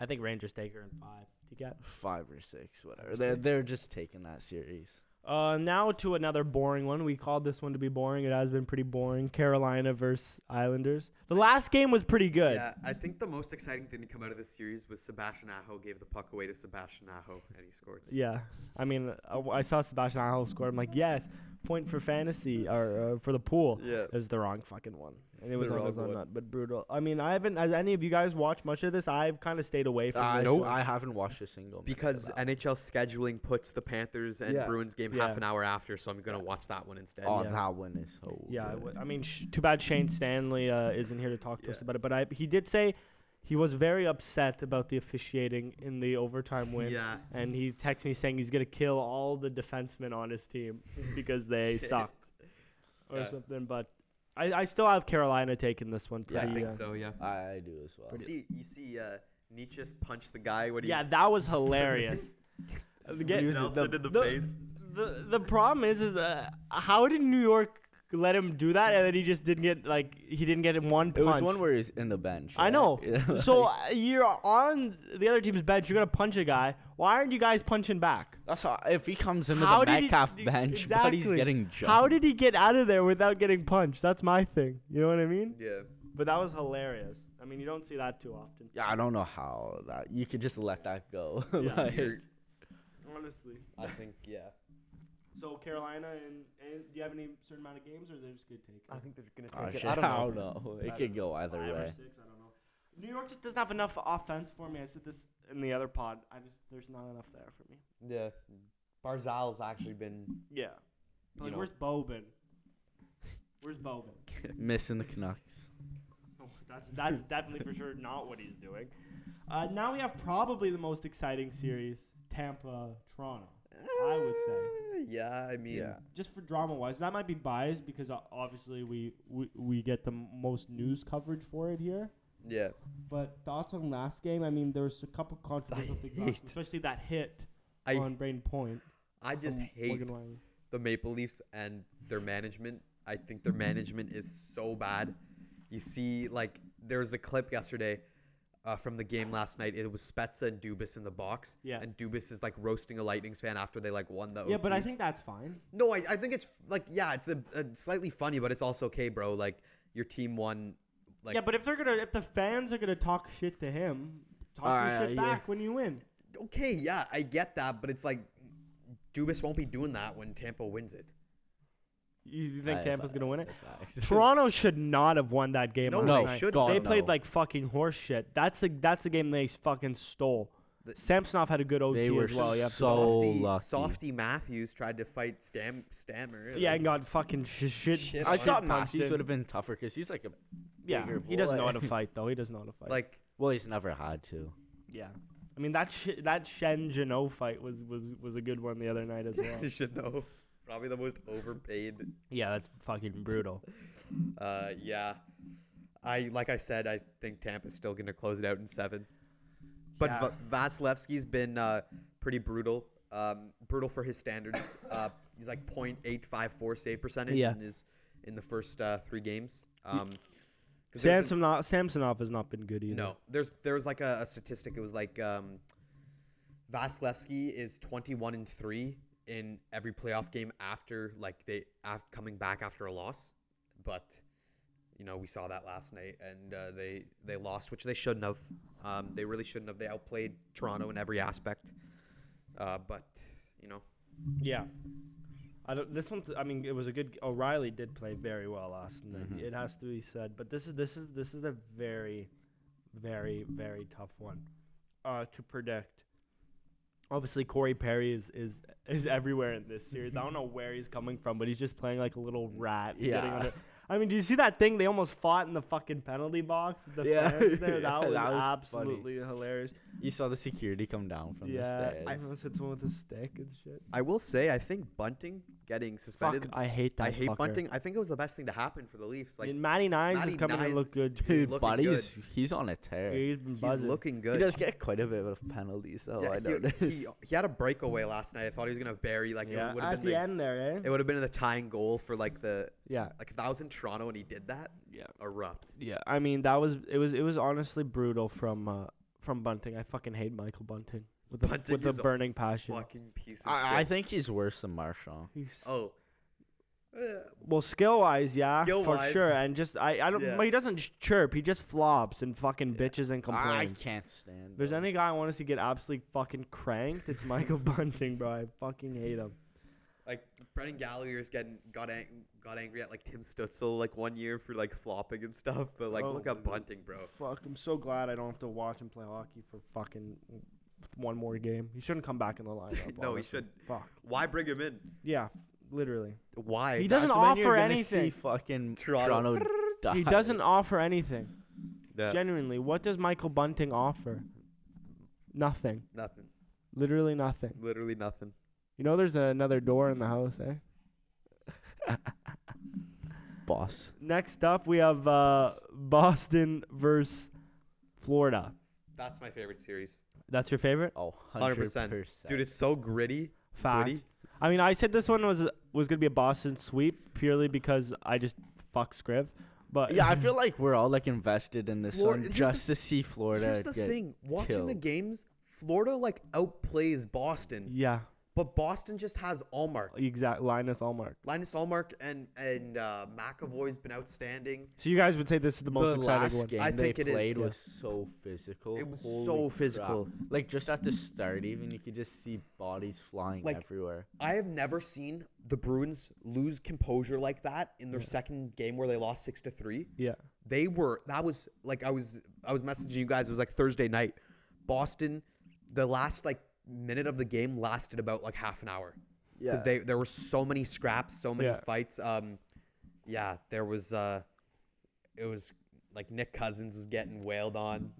[SPEAKER 1] I think Rangers take her in five to get.
[SPEAKER 3] Five or six, whatever.
[SPEAKER 1] or
[SPEAKER 3] They're
[SPEAKER 1] six.
[SPEAKER 3] they're just taking that series.
[SPEAKER 1] Uh, now to another boring one. We called this one to be boring. It has been pretty boring. Carolina versus Islanders. The last game was pretty good.
[SPEAKER 2] Yeah, I think the most exciting thing to come out of this series was Sebastian Aho gave the puck away to Sebastian Aho and he scored.
[SPEAKER 1] Yeah. I mean, uh, I saw Sebastian Aho score. I'm like, yes, point for fantasy or uh, for the pool.
[SPEAKER 2] Yeah.
[SPEAKER 1] It was the wrong fucking one. And
[SPEAKER 2] It's
[SPEAKER 1] it was
[SPEAKER 2] the
[SPEAKER 1] on his
[SPEAKER 2] wrong
[SPEAKER 1] own
[SPEAKER 2] one.
[SPEAKER 1] nut, but brutal. I mean, I haven't. Has any of you guys watched much of this? I've kind of stayed away
[SPEAKER 2] Uh,
[SPEAKER 1] from
[SPEAKER 3] I
[SPEAKER 1] this.
[SPEAKER 3] know
[SPEAKER 1] one.
[SPEAKER 3] I haven't watched a single minute
[SPEAKER 2] Because
[SPEAKER 3] of that.
[SPEAKER 2] NHL scheduling puts the Panthers and
[SPEAKER 3] Yeah.
[SPEAKER 2] Bruins game
[SPEAKER 1] Yeah.
[SPEAKER 2] half an hour after, so I'm gonna watch that one instead.
[SPEAKER 3] oh
[SPEAKER 1] yeah.
[SPEAKER 3] that one is so
[SPEAKER 1] yeah, I
[SPEAKER 3] good.
[SPEAKER 1] would- I mean, sh- too bad Shane Stanley uh, isn't here to talk to us
[SPEAKER 2] Yeah.
[SPEAKER 1] about it. But I, he did say he was very upset about the officiating in the overtime win.
[SPEAKER 2] Yeah.
[SPEAKER 1] And he texted me saying he's gonna kill all the defensemen on his team because they
[SPEAKER 2] Shit.
[SPEAKER 1] suck or
[SPEAKER 2] Yeah.
[SPEAKER 1] something. But I, I still have Carolina taking this one.
[SPEAKER 3] Yeah,
[SPEAKER 1] Pretty,
[SPEAKER 2] I think
[SPEAKER 1] uh,
[SPEAKER 2] so. Yeah.
[SPEAKER 3] I, I do as well.
[SPEAKER 2] You see, you see, uh, Nietzsche punch the guy when he
[SPEAKER 1] Yeah, that was hilarious. Uh,
[SPEAKER 2] when
[SPEAKER 1] get-
[SPEAKER 2] he Nelson in the, face.
[SPEAKER 1] The the problem is is uh, how did New York let him do that and then he just didn't get like he didn't get one punch.
[SPEAKER 3] It was one where he's in the bench.
[SPEAKER 1] I
[SPEAKER 3] right?
[SPEAKER 1] know.
[SPEAKER 3] Yeah, like-
[SPEAKER 1] so uh, you're on the other team's bench. You're gonna punch a guy. Why aren't you guys punching back?
[SPEAKER 3] that's how, if he comes into
[SPEAKER 1] How
[SPEAKER 3] the
[SPEAKER 1] did he-
[SPEAKER 3] Metcalf
[SPEAKER 1] e-
[SPEAKER 3] bench, but he's
[SPEAKER 1] exactly.
[SPEAKER 3] getting jumped.
[SPEAKER 1] How did he get out of there without getting punched? That's my thing. You know what I mean?
[SPEAKER 2] Yeah.
[SPEAKER 1] But that was hilarious. I mean, you don't see that too often.
[SPEAKER 3] Yeah, I don't know how that you could just let that go. like,
[SPEAKER 2] You're-
[SPEAKER 1] Honestly.
[SPEAKER 2] I think yeah.
[SPEAKER 1] So Carolina and, and do you have any certain amount of games or they're just good take?
[SPEAKER 2] I think they're gonna
[SPEAKER 3] oh,
[SPEAKER 2] take it.
[SPEAKER 3] shit,
[SPEAKER 2] I don't
[SPEAKER 3] I
[SPEAKER 2] know.
[SPEAKER 3] It
[SPEAKER 2] I
[SPEAKER 3] could go either
[SPEAKER 1] five or
[SPEAKER 3] way.
[SPEAKER 1] six. I don't know. New York just doesn't have enough offense for me. I said this in the other pod. I just there's not enough there for me.
[SPEAKER 2] Yeah. Barzal's actually been.
[SPEAKER 1] Yeah.
[SPEAKER 2] You
[SPEAKER 1] Like,
[SPEAKER 2] know.
[SPEAKER 1] where's Bobin? Where's Bobin?
[SPEAKER 3] Missing the Canucks.
[SPEAKER 1] Oh, that's that's definitely for sure not what he's doing. Uh, now we have probably the most exciting series: Tampa, Toronto. I would say.
[SPEAKER 2] Uh, Yeah, I mean.
[SPEAKER 3] Yeah.
[SPEAKER 1] Just for drama wise, that might be biased because uh, obviously we, we we get the most news coverage for it here.
[SPEAKER 2] Yeah.
[SPEAKER 1] But thoughts on last game? I mean, there was a couple controversial
[SPEAKER 2] I
[SPEAKER 1] things, last-
[SPEAKER 2] hate-
[SPEAKER 1] especially that hit
[SPEAKER 2] I-
[SPEAKER 1] on Brain Point.
[SPEAKER 2] I just
[SPEAKER 1] from
[SPEAKER 2] hate
[SPEAKER 1] Morgan Riley.
[SPEAKER 2] the Maple Leafs and their management. I think their management is so bad. You see, like there was a clip yesterday uh, from the game last night. It was Spezza and Dubas in the box.
[SPEAKER 1] Yeah.
[SPEAKER 2] And Dubas is like roasting a Lightning's fan after they like won the.
[SPEAKER 1] Yeah, but I
[SPEAKER 2] OT.
[SPEAKER 1] think that's fine.
[SPEAKER 2] no, I, I think it's like yeah, it's a, a slightly funny, but it's also okay, bro. Like your team won. Like
[SPEAKER 1] yeah, but if they're gonna, if the fans are gonna talk shit to him, talk your
[SPEAKER 3] Alright,
[SPEAKER 1] shit
[SPEAKER 3] yeah.
[SPEAKER 1] back when you win.
[SPEAKER 2] okay, yeah, I get that, but it's like Dubas won't be doing that when Tampa wins it.
[SPEAKER 1] You you think
[SPEAKER 3] That's
[SPEAKER 1] Tampa's
[SPEAKER 3] not-
[SPEAKER 1] gonna win it?
[SPEAKER 3] that's not-
[SPEAKER 1] Toronto should not have won
[SPEAKER 3] Oh,
[SPEAKER 1] that game.
[SPEAKER 2] No,
[SPEAKER 1] last
[SPEAKER 2] they
[SPEAKER 1] night.
[SPEAKER 2] should
[SPEAKER 1] They
[SPEAKER 3] God,
[SPEAKER 1] played
[SPEAKER 3] no.
[SPEAKER 1] like fucking horse shit. That's a that's a game they fucking stole.
[SPEAKER 2] The-
[SPEAKER 1] Samsonov had a good OT
[SPEAKER 3] They were
[SPEAKER 1] as well. You have to-
[SPEAKER 3] so
[SPEAKER 2] Softy,
[SPEAKER 3] lucky.
[SPEAKER 2] Softy Matthews tried to fight Scam Stammer.
[SPEAKER 1] yeah,
[SPEAKER 2] like,
[SPEAKER 1] and got fucking sh- shit.
[SPEAKER 2] Shit
[SPEAKER 3] I
[SPEAKER 2] Shit
[SPEAKER 3] thought
[SPEAKER 1] punched
[SPEAKER 3] Matthews
[SPEAKER 1] him.
[SPEAKER 3] would have been tougher because he's like a
[SPEAKER 1] Yeah,
[SPEAKER 3] bigger
[SPEAKER 1] he doesn't know how to
[SPEAKER 3] boy.
[SPEAKER 1] fight though. He doesn't know how to fight.
[SPEAKER 2] like
[SPEAKER 3] well, he's never had to.
[SPEAKER 1] yeah, I mean that sh- that Shen Geno fight was was was a good one the other night as well.
[SPEAKER 2] you should know, probably the most overpaid.
[SPEAKER 1] yeah, that's fucking brutal.
[SPEAKER 2] Uh, yeah, I like I said, I think Tampa's still gonna close it out in seven. But
[SPEAKER 1] Yeah.
[SPEAKER 2] Va- Vasilevsky's been uh, pretty brutal. Um, brutal for his standards. Uh, he's like .854 save percentage
[SPEAKER 1] Yeah.
[SPEAKER 2] in his in the first uh, three games. Um, 'cause there's an-
[SPEAKER 1] Samsonov Samsonov has not been good either.
[SPEAKER 2] No, there's there was like a, a statistic. It was like um, Vasilevsky is 21 and three in every playoff game after like they after coming back after a loss, but you know we saw that last night and uh, they they lost, which they shouldn't have. Um, they really shouldn't have. They outplayed Toronto in every aspect, uh, but you know
[SPEAKER 1] Yeah. I don't. This one's. I mean, it was a good. O'Reilly did play very well last night.
[SPEAKER 3] Mhm.
[SPEAKER 1] It has to be said. But this is this is this is a very, very very tough one, uh, to predict. Obviously, Corey Perry is is is everywhere in this series. I don't know where he's coming from, but he's just playing like a little rat. getting
[SPEAKER 3] Yeah.
[SPEAKER 1] on it. I mean, do you see that thing? They almost fought in the fucking penalty box with the
[SPEAKER 3] Yeah.
[SPEAKER 1] fans there.
[SPEAKER 3] Yeah,
[SPEAKER 1] That was,
[SPEAKER 3] that was funny.
[SPEAKER 1] absolutely hilarious.
[SPEAKER 3] You saw the security come down from
[SPEAKER 1] yeah,
[SPEAKER 3] the
[SPEAKER 1] I
[SPEAKER 3] stairs.
[SPEAKER 1] almost hit someone with a stick and shit.
[SPEAKER 2] I will say I think Bunting getting
[SPEAKER 1] Fuck,
[SPEAKER 2] suspended.
[SPEAKER 1] I hate that.
[SPEAKER 2] I hate
[SPEAKER 1] fucker.
[SPEAKER 2] Bunting. I think it was the best thing to happen for the Leafs. Like
[SPEAKER 1] and Matty Nyes
[SPEAKER 2] Matty
[SPEAKER 1] is coming in and
[SPEAKER 2] Nyes
[SPEAKER 1] look good.
[SPEAKER 2] is
[SPEAKER 1] Dude,
[SPEAKER 2] looking good.
[SPEAKER 3] Buddy's he's on a tear.
[SPEAKER 1] he's been
[SPEAKER 2] He's
[SPEAKER 1] buzzing.
[SPEAKER 2] looking good.
[SPEAKER 3] He does get quite a bit of penalties though.
[SPEAKER 2] Yeah,
[SPEAKER 3] I
[SPEAKER 2] he-
[SPEAKER 3] noticed.
[SPEAKER 2] he, he had a breakaway last night. I thought he was gonna bury like
[SPEAKER 1] yeah,
[SPEAKER 2] it would have
[SPEAKER 1] at
[SPEAKER 2] been
[SPEAKER 1] the
[SPEAKER 2] the-
[SPEAKER 1] end there,
[SPEAKER 2] it
[SPEAKER 1] eh?
[SPEAKER 2] would have been the tying goal for like the
[SPEAKER 1] Yeah,
[SPEAKER 2] like if that was in Toronto and he did that
[SPEAKER 1] yeah,
[SPEAKER 2] erupt.
[SPEAKER 1] yeah. I mean, that was it was it was honestly brutal from uh, from Bunting. I fucking hate Michael Bunting with a
[SPEAKER 2] Bunting
[SPEAKER 1] with a
[SPEAKER 2] is a
[SPEAKER 1] burning passion.
[SPEAKER 2] Fucking piece of
[SPEAKER 3] I, I
[SPEAKER 2] shit.
[SPEAKER 3] think he's worse than Marchand.
[SPEAKER 1] He's-
[SPEAKER 2] oh, Uh,
[SPEAKER 1] Well, skill wise, yeah, for
[SPEAKER 2] Skill-wise,
[SPEAKER 1] sure. And just I, I don't.
[SPEAKER 2] yeah.
[SPEAKER 1] But he doesn't ch- chirp. He just flops and fucking
[SPEAKER 3] Yeah.
[SPEAKER 1] bitches and
[SPEAKER 3] I
[SPEAKER 1] complains.
[SPEAKER 3] can't stand.
[SPEAKER 1] If there's
[SPEAKER 3] him.
[SPEAKER 1] any guy I want to see get absolutely fucking cranked, it's Michael Bunting, bro. I fucking hate him.
[SPEAKER 2] like Brendan Gallagher's getting got ang- got angry at like Tim Stutzel like one year for like flopping and stuff. But like
[SPEAKER 1] Oh.
[SPEAKER 2] look at Bunting, bro.
[SPEAKER 1] Fuck, I'm so glad I don't have to watch him play hockey for fucking one more game. He shouldn't come back in the lineup.
[SPEAKER 2] No, he
[SPEAKER 1] honestly.
[SPEAKER 2] should-
[SPEAKER 1] Fuck.
[SPEAKER 2] Why bring him in?
[SPEAKER 1] Yeah, f- literally.
[SPEAKER 2] Why?
[SPEAKER 1] He doesn't
[SPEAKER 3] That's when you're
[SPEAKER 1] offer
[SPEAKER 3] gonna See
[SPEAKER 1] anything.
[SPEAKER 3] fucking
[SPEAKER 2] Toronto.
[SPEAKER 3] Toronto.
[SPEAKER 1] He
[SPEAKER 3] die.
[SPEAKER 1] doesn't offer anything.
[SPEAKER 2] Yeah,
[SPEAKER 1] Genuinely, what does Michael Bunting offer? Nothing.
[SPEAKER 2] nothing.
[SPEAKER 1] Literally nothing.
[SPEAKER 2] Literally nothing.
[SPEAKER 1] You know, there's another door in the house, eh?
[SPEAKER 3] boss.
[SPEAKER 1] Next up, we have uh, Boston versus Florida.
[SPEAKER 2] That's my favorite series,
[SPEAKER 1] That's your favorite
[SPEAKER 3] Oh, 100
[SPEAKER 2] 100%.
[SPEAKER 3] percent,
[SPEAKER 2] dude. It's so gritty.
[SPEAKER 1] fact.
[SPEAKER 2] Gritty.
[SPEAKER 1] I mean, I said this one was was gonna be a Boston sweep purely because I just fuck Scriv, but
[SPEAKER 3] yeah, I feel like we're all like invested in this
[SPEAKER 2] Flor-
[SPEAKER 3] one
[SPEAKER 2] here's
[SPEAKER 3] just
[SPEAKER 2] the-
[SPEAKER 3] to see Florida
[SPEAKER 2] Here's the
[SPEAKER 3] get
[SPEAKER 2] thing: watching the
[SPEAKER 3] killed.
[SPEAKER 2] games, Florida like outplays Boston,
[SPEAKER 1] yeah,
[SPEAKER 2] but Boston just has Allmark,
[SPEAKER 1] exact Linus Allmark.
[SPEAKER 2] Linus Allmark, and and uh, McAvoy's been outstanding.
[SPEAKER 1] So you guys would say this is the most
[SPEAKER 3] the
[SPEAKER 1] exciting
[SPEAKER 3] last
[SPEAKER 1] one.
[SPEAKER 3] game
[SPEAKER 2] I
[SPEAKER 3] they
[SPEAKER 2] think it is,
[SPEAKER 3] played
[SPEAKER 2] yeah.
[SPEAKER 3] was so physical.
[SPEAKER 2] It was
[SPEAKER 3] Holy
[SPEAKER 2] so
[SPEAKER 3] crap.
[SPEAKER 2] physical.
[SPEAKER 3] Like just at the start, even you could just see bodies flying
[SPEAKER 2] Like-
[SPEAKER 3] everywhere.
[SPEAKER 2] I have never seen the Bruins lose composure like that in their second game where they lost six to three.
[SPEAKER 1] Yeah,
[SPEAKER 2] They were that was like I was I was messaging you guys. It was like Thursday night, Boston. The last like minute of the game lasted about like half an hour. because they there were so many scraps, so many
[SPEAKER 1] Yeah.
[SPEAKER 2] fights. Um, yeah, there was uh, it was like Nick Cousins was getting wailed on.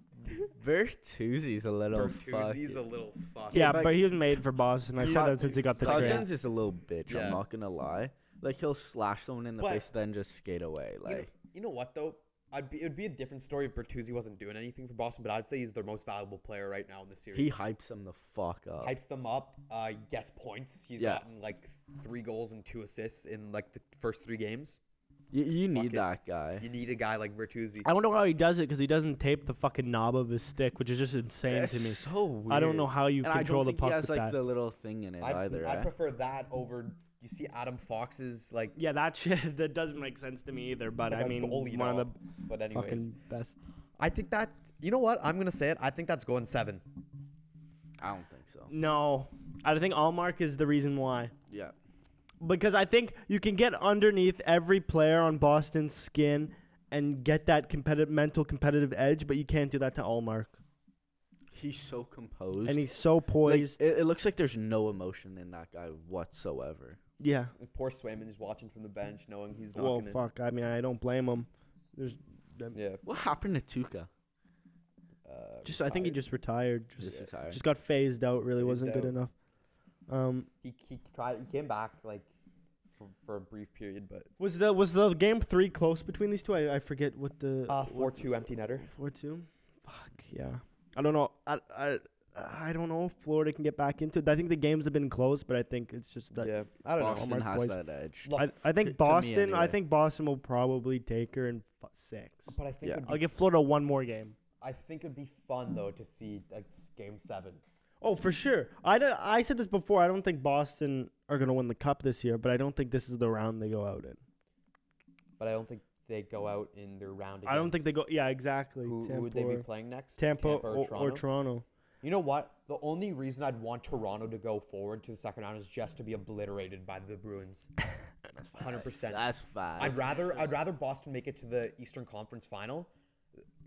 [SPEAKER 3] Bertuzzi's a little Oh, fuck.
[SPEAKER 2] Bertuzzi's a little fuck.
[SPEAKER 1] yeah,
[SPEAKER 3] but-
[SPEAKER 1] but he was made for Boston. I said that since he got the trade.
[SPEAKER 3] Cousins is a little bitch.
[SPEAKER 2] Yeah.
[SPEAKER 3] I'm not gonna lie. Like he'll slash someone in the
[SPEAKER 2] But-
[SPEAKER 3] face, then just skate away.
[SPEAKER 2] You know,
[SPEAKER 3] Like
[SPEAKER 2] you know what though? I'd be, it would be a different story if Bertuzzi wasn't doing anything for Boston, but I'd say he's their most valuable player right now in the series.
[SPEAKER 3] he hypes them the fuck up.
[SPEAKER 2] hypes them up. Uh, he gets points. He's
[SPEAKER 3] Yeah.
[SPEAKER 2] gotten like three goals and two assists in like the first three games.
[SPEAKER 3] You, you
[SPEAKER 2] it.
[SPEAKER 3] need that guy.
[SPEAKER 2] You need a guy like Bertuzzi.
[SPEAKER 1] I wonder how he does it because he doesn't tape the fucking knob of his stick, which is just insane
[SPEAKER 3] That's
[SPEAKER 1] to me.
[SPEAKER 3] so weird.
[SPEAKER 1] I don't know how you
[SPEAKER 3] And I
[SPEAKER 1] control
[SPEAKER 3] don't
[SPEAKER 1] the
[SPEAKER 3] think he
[SPEAKER 1] puck
[SPEAKER 3] has
[SPEAKER 1] with
[SPEAKER 3] like
[SPEAKER 1] that.
[SPEAKER 3] the little thing in it
[SPEAKER 2] I'd,
[SPEAKER 3] either.
[SPEAKER 2] I'd
[SPEAKER 3] eh?
[SPEAKER 2] prefer that over. You see Adam Fox's like
[SPEAKER 1] yeah, that shit that doesn't make sense to me either. But
[SPEAKER 2] It's like
[SPEAKER 1] I
[SPEAKER 2] a
[SPEAKER 1] mean,
[SPEAKER 2] goalie
[SPEAKER 1] one of
[SPEAKER 2] knob.
[SPEAKER 1] the
[SPEAKER 2] But anyways,
[SPEAKER 1] fucking best.
[SPEAKER 2] I think that you know what I'm gonna say it. I think that's going seven.
[SPEAKER 3] I don't think so.
[SPEAKER 1] No, I think Allmark is the reason why.
[SPEAKER 3] Yeah.
[SPEAKER 1] because I think you can get underneath every player on Boston's skin and get that competitive mental competitive edge, but you can't do that to Allmark.
[SPEAKER 3] he's so composed.
[SPEAKER 1] and he's so
[SPEAKER 3] Like,
[SPEAKER 1] poised.
[SPEAKER 3] it, it looks like there's no emotion in that guy whatsoever.
[SPEAKER 1] yeah.
[SPEAKER 2] S- Poor Swayman is watching from the bench, knowing he's not
[SPEAKER 1] Well,
[SPEAKER 2] gonna.
[SPEAKER 1] fuck. I mean, I don't blame him. There's
[SPEAKER 2] Yeah.
[SPEAKER 3] What happened to Tuca?
[SPEAKER 2] Uh,
[SPEAKER 1] just I think he
[SPEAKER 2] retired.
[SPEAKER 1] just retired. Just uh,
[SPEAKER 3] Just retired.
[SPEAKER 1] just got phased out. Really
[SPEAKER 2] Phased
[SPEAKER 1] wasn't good
[SPEAKER 2] out.
[SPEAKER 1] enough. Um,
[SPEAKER 2] he he tried. He came back like for, for a brief period, but
[SPEAKER 1] was the was the game three close between these two? I, I forget what the
[SPEAKER 2] uh, four two empty netter.
[SPEAKER 1] four two. Fuck yeah. I don't know. I I I don't know if Florida can get back into. it. I think the games have been close, but I think it's just that.
[SPEAKER 2] yeah, I don't
[SPEAKER 3] Boston
[SPEAKER 1] Mark
[SPEAKER 3] has
[SPEAKER 1] Boyce-
[SPEAKER 3] that edge.
[SPEAKER 2] know.
[SPEAKER 1] I,
[SPEAKER 2] Look,
[SPEAKER 1] I
[SPEAKER 3] to- to
[SPEAKER 1] think
[SPEAKER 3] me
[SPEAKER 1] Boston. I
[SPEAKER 3] anyway.
[SPEAKER 1] think Boston will probably take her in f- six.
[SPEAKER 2] but I think
[SPEAKER 3] Yeah.
[SPEAKER 2] it'd
[SPEAKER 1] I'll
[SPEAKER 2] be,
[SPEAKER 1] give Florida one more game.
[SPEAKER 2] I think it'd be fun though to see like s- game seven.
[SPEAKER 1] Oh, for sure. I, don't- I said this before. I don't think Boston are going to win the cup this year, but I don't think this is the round they go out in.
[SPEAKER 2] But I don't think they go out in their round.
[SPEAKER 1] I don't think
[SPEAKER 2] against-
[SPEAKER 1] they go. Yeah, exactly.
[SPEAKER 2] Who,
[SPEAKER 1] Tampa,
[SPEAKER 2] who would they
[SPEAKER 1] or,
[SPEAKER 2] be playing next?
[SPEAKER 1] Tampa,
[SPEAKER 2] or, Toronto. You know what? The only reason I'd want Toronto to go forward to the second round is just to be obliterated by the Bruins. Hundred percent.
[SPEAKER 3] That's fine.
[SPEAKER 2] I'd rather I'd rather Boston make it to the Eastern Conference Final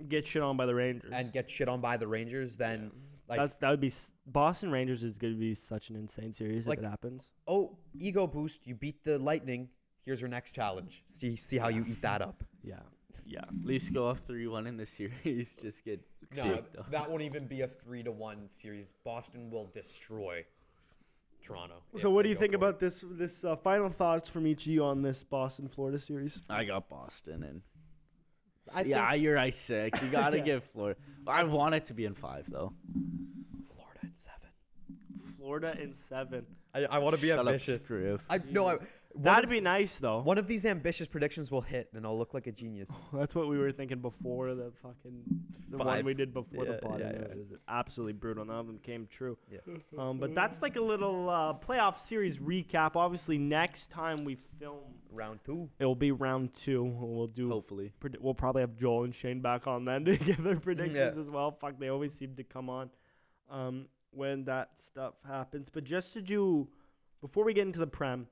[SPEAKER 1] Get shit on by the Rangers.
[SPEAKER 2] and get shit on by the Rangers than like
[SPEAKER 1] That's that would be s- Boston Rangers is going to be such an insane series
[SPEAKER 2] Like-
[SPEAKER 1] if it happens.
[SPEAKER 2] oh ego boost you beat the Lightning here's your next challenge see see how you eat that up
[SPEAKER 1] Yeah, yeah.
[SPEAKER 3] At least go up three one in the series. Just get
[SPEAKER 2] no
[SPEAKER 3] cooked up.
[SPEAKER 2] that won't even be a three to one series Boston will destroy Toronto
[SPEAKER 1] So,
[SPEAKER 2] if
[SPEAKER 1] what
[SPEAKER 2] they
[SPEAKER 1] do you
[SPEAKER 2] go
[SPEAKER 1] think
[SPEAKER 2] for it.
[SPEAKER 1] about this? This uh, final thoughts from each of you on this Boston Florida series.
[SPEAKER 3] I got Boston and
[SPEAKER 2] I
[SPEAKER 3] yeah, you're I six. You gotta
[SPEAKER 1] Yeah.
[SPEAKER 3] give Florida. I want it to be in five though.
[SPEAKER 2] think Florida in seven
[SPEAKER 1] Florida in seven.
[SPEAKER 2] I, I want to be
[SPEAKER 3] Shut up,
[SPEAKER 2] ambitious
[SPEAKER 3] Scriv.
[SPEAKER 2] I no I one
[SPEAKER 1] That'd
[SPEAKER 2] of,
[SPEAKER 1] be nice though.
[SPEAKER 2] one of these ambitious predictions will hit and I'll look like a genius
[SPEAKER 1] That's what we were thinking before the fucking the one
[SPEAKER 2] Vibe.
[SPEAKER 1] we did before the
[SPEAKER 2] Yeah,
[SPEAKER 1] pod.
[SPEAKER 2] yeah,
[SPEAKER 1] and
[SPEAKER 2] yeah.
[SPEAKER 1] It was absolutely brutal. None of them came true.
[SPEAKER 2] Yeah.
[SPEAKER 1] Um, but that's like a little uh, playoff series recap. Obviously, next time we film,
[SPEAKER 2] round two
[SPEAKER 1] it will be round two. We'll do.
[SPEAKER 3] Hopefully,
[SPEAKER 1] predi- we'll probably have Joel and Shane back on then to give their predictions as well. Fuck, they always seem to come on um, when that stuff happens. But just to do, before we get into the prem,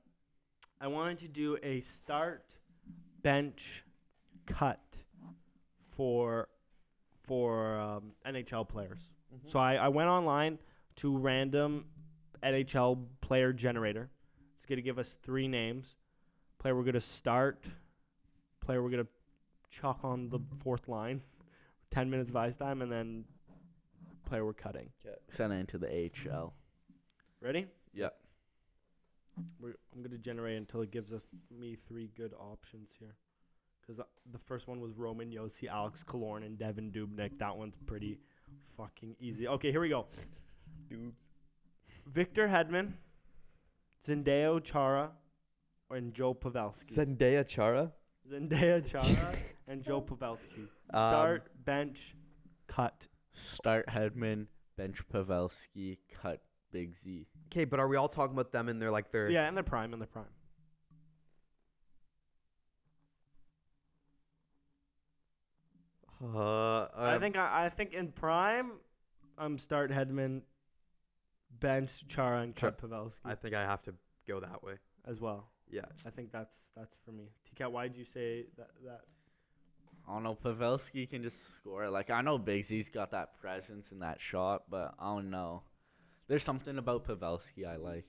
[SPEAKER 1] I wanted to do a start bench cut for for um, NHL players. So I, I went online to random NHL player generator. It's gonna give us three names. Player we're gonna start. Player we're gonna chalk on the fourth line. Ten minutes of ice time, and then player we're cutting.
[SPEAKER 3] send it into the HL.
[SPEAKER 1] Ready?
[SPEAKER 3] Yeah.
[SPEAKER 1] We're, I'm gonna generate until it gives us me three good options here. Cause uh, the first one was Roman Yossi, Alex Kalorn, and Devin Dubnik. That one's pretty fucking easy. Okay, here we go.
[SPEAKER 2] Dubs.
[SPEAKER 1] Victor Hedman, Zendaya Chara, and Joe Pavelski.
[SPEAKER 2] Zendaya Chara
[SPEAKER 1] Zendaya Chara and Joe
[SPEAKER 2] Um,
[SPEAKER 1] Pavelski. Start, bench, cut.
[SPEAKER 3] Start Headman, bench Pavelski, cut Big Z.
[SPEAKER 2] Okay, but are we all talking about them in their like their
[SPEAKER 1] Yeah, and they're prime, and they're prime.
[SPEAKER 2] Uh,
[SPEAKER 1] I
[SPEAKER 2] um,
[SPEAKER 1] think I, I think in prime, I'm start Hedman, bench Chara and
[SPEAKER 2] Char-
[SPEAKER 1] cut Pavelski
[SPEAKER 2] I think I have to go that way.
[SPEAKER 1] as well.
[SPEAKER 2] Yeah.
[SPEAKER 1] I think that's that's for me. T-Cat, why did you say that? that?
[SPEAKER 3] I don't know. Pavelski can just score. Like I know Big Z's got that presence and that shot, but I don't know. There's something about Pavelski I like.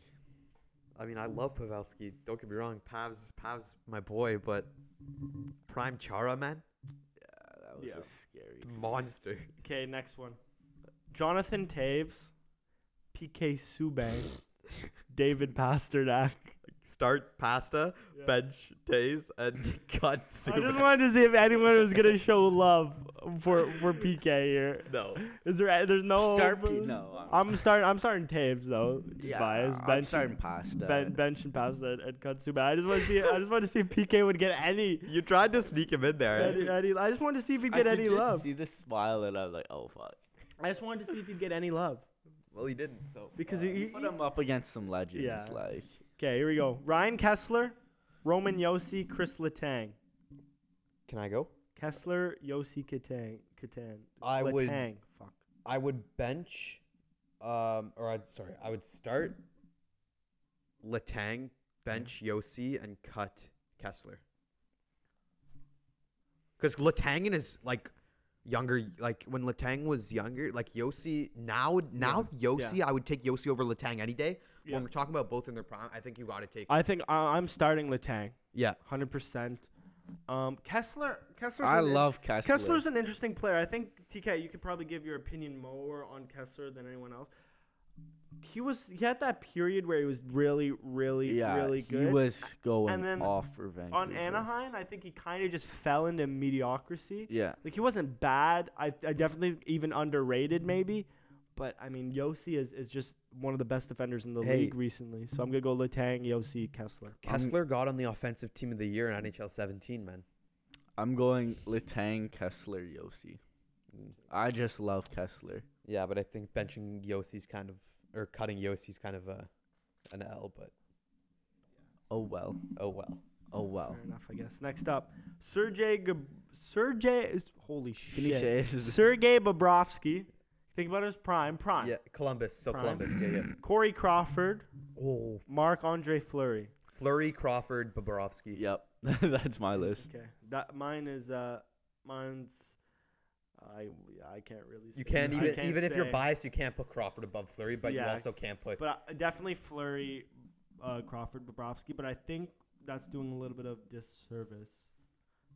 [SPEAKER 2] I mean, I love Pavelski. Don't get me wrong. Pav's Pav's my boy, but Prime Chara, man,
[SPEAKER 3] Yeah, that was
[SPEAKER 1] Yeah.
[SPEAKER 3] a scary.
[SPEAKER 2] monster.
[SPEAKER 1] Okay, next one. Jonathan Taves, PK Subban, David Pasternak.
[SPEAKER 2] Start Pasta,
[SPEAKER 1] Yeah.
[SPEAKER 2] bench Days, and cut
[SPEAKER 1] I just
[SPEAKER 2] Subban.
[SPEAKER 1] wanted to see if anyone was gonna show love for for PK here.
[SPEAKER 2] No.
[SPEAKER 1] Is there? There's no.
[SPEAKER 3] Start P- no, I'm-
[SPEAKER 1] I'm starting. I'm starting Taves though. Just biased.
[SPEAKER 3] I'm
[SPEAKER 1] Bench-
[SPEAKER 3] starting pasta.
[SPEAKER 1] ben, bench and pass that and cut Subban. I just want to see. I just want to see if PK would get any.
[SPEAKER 2] You tried to sneak him in there.
[SPEAKER 1] any, any I just wanted to see if he'd
[SPEAKER 3] I
[SPEAKER 1] get
[SPEAKER 3] could
[SPEAKER 1] any
[SPEAKER 3] just
[SPEAKER 1] love.
[SPEAKER 3] see the smile, and I'm like, oh fuck.
[SPEAKER 1] I just wanted to see if he'd get any love
[SPEAKER 2] Well, he didn't. So
[SPEAKER 1] because
[SPEAKER 2] uh,
[SPEAKER 1] he. he-
[SPEAKER 3] Put him up against some legends,
[SPEAKER 1] Yeah.
[SPEAKER 3] like
[SPEAKER 1] okay, here we go. Ryan Kessler, Roman Yossi, Chris Letang.
[SPEAKER 2] can I go?
[SPEAKER 1] Kessler, Yossi, Katang, Katan.
[SPEAKER 2] I would-
[SPEAKER 1] Letang. Fuck.
[SPEAKER 2] I would bench, um, or I'd sorry, I would start Latang, bench Yossi, and cut Kessler. Because Latang in his like younger like when Latang was younger, like Yossi now now Yossi, I would take Yossi over Latang any day.
[SPEAKER 1] Yeah.
[SPEAKER 2] When we're talking about both in their prime, I think you got to take
[SPEAKER 1] I think I, I'm starting Latang,
[SPEAKER 2] Uh, yeah.
[SPEAKER 1] hundred percent. Um, Kessler, Kessler's
[SPEAKER 3] I
[SPEAKER 1] an in-
[SPEAKER 3] love Kessler.
[SPEAKER 1] Kessler's an interesting player. I think TK, you could probably give your opinion more on Kessler than anyone else. He was he had that period where he was really, really,
[SPEAKER 3] yeah,
[SPEAKER 1] really good.
[SPEAKER 3] He was going
[SPEAKER 1] then
[SPEAKER 3] off for Vancouver.
[SPEAKER 1] on Anaheim, I think he kind of just fell into mediocrity.
[SPEAKER 3] Yeah.
[SPEAKER 1] Like he wasn't bad. I, I definitely even underrated maybe, but I mean Yossi is, is just one of the best defenders in the
[SPEAKER 2] Hey.
[SPEAKER 1] league recently. So I'm gonna go Latang, Yossi, Kessler.
[SPEAKER 2] Kessler got on the offensive team of the year in NHL 17, man.
[SPEAKER 3] I'm going Letang, Kessler, Yossi. I just love Kessler.
[SPEAKER 2] Yeah, but I think benching Yossi's kind of or cutting Yossi's kind of a an L, but
[SPEAKER 3] Oh well.
[SPEAKER 2] oh well.
[SPEAKER 3] Oh well.
[SPEAKER 1] Fair enough, I guess. Next up, Sergey Gab- Sergey is holy
[SPEAKER 3] Can
[SPEAKER 1] shit.
[SPEAKER 3] you say this is
[SPEAKER 1] Sergey Bobrovsky. Think about his prime. Prime.
[SPEAKER 2] Yeah, Columbus. So
[SPEAKER 1] Prime.
[SPEAKER 2] Columbus. Yeah, yeah.
[SPEAKER 1] Corey Crawford,
[SPEAKER 2] Oh,
[SPEAKER 1] Marc Andre Fleury.
[SPEAKER 2] Flurry, Crawford, Bobrovsky.
[SPEAKER 3] Yep. That's my list.
[SPEAKER 1] Okay, that mine is uh, mine's. I I can't really. Say.
[SPEAKER 2] You can't
[SPEAKER 1] I
[SPEAKER 2] even even if you're
[SPEAKER 1] say.
[SPEAKER 2] biased, you can't put Crawford above Flurry, but
[SPEAKER 1] Yeah.
[SPEAKER 2] you also can't put
[SPEAKER 1] But I- definitely Fleury, uh, Crawford, Bobrovsky. But I think that's doing a little bit of disservice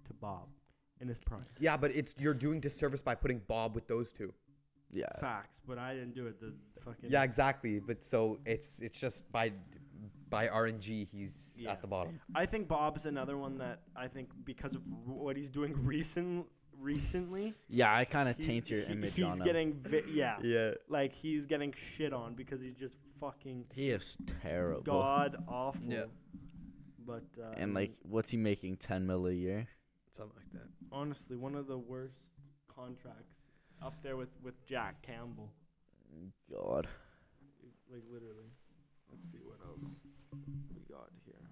[SPEAKER 1] to Bob in his prime.
[SPEAKER 2] Yeah, but it's you're doing disservice by putting Bob with those two.
[SPEAKER 3] Yeah.
[SPEAKER 1] Facts, but I didn't do it. The fucking
[SPEAKER 2] Uh, Yeah, exactly. But so it's it's just by by RNG he's
[SPEAKER 1] Yeah.
[SPEAKER 2] at the bottom.
[SPEAKER 1] I think Bob's another one that I think because of r- what he's doing recent recently,
[SPEAKER 3] Yeah, I kind of
[SPEAKER 1] he-
[SPEAKER 3] taint your
[SPEAKER 1] he-
[SPEAKER 3] image
[SPEAKER 1] he's
[SPEAKER 3] on him.
[SPEAKER 1] getting vi- yeah,
[SPEAKER 2] Yeah.
[SPEAKER 1] like he's getting shit on because he's just fucking
[SPEAKER 3] he is terrible.
[SPEAKER 1] god awful.
[SPEAKER 2] Yeah.
[SPEAKER 1] But uh, I
[SPEAKER 3] And like,
[SPEAKER 1] mean,
[SPEAKER 3] what's he making? Ten mil a year?
[SPEAKER 2] Something like that.
[SPEAKER 1] honestly, one of the worst contracts up there with with Jack Campbell.
[SPEAKER 3] God.
[SPEAKER 1] Like literally. Let's see what else we got here.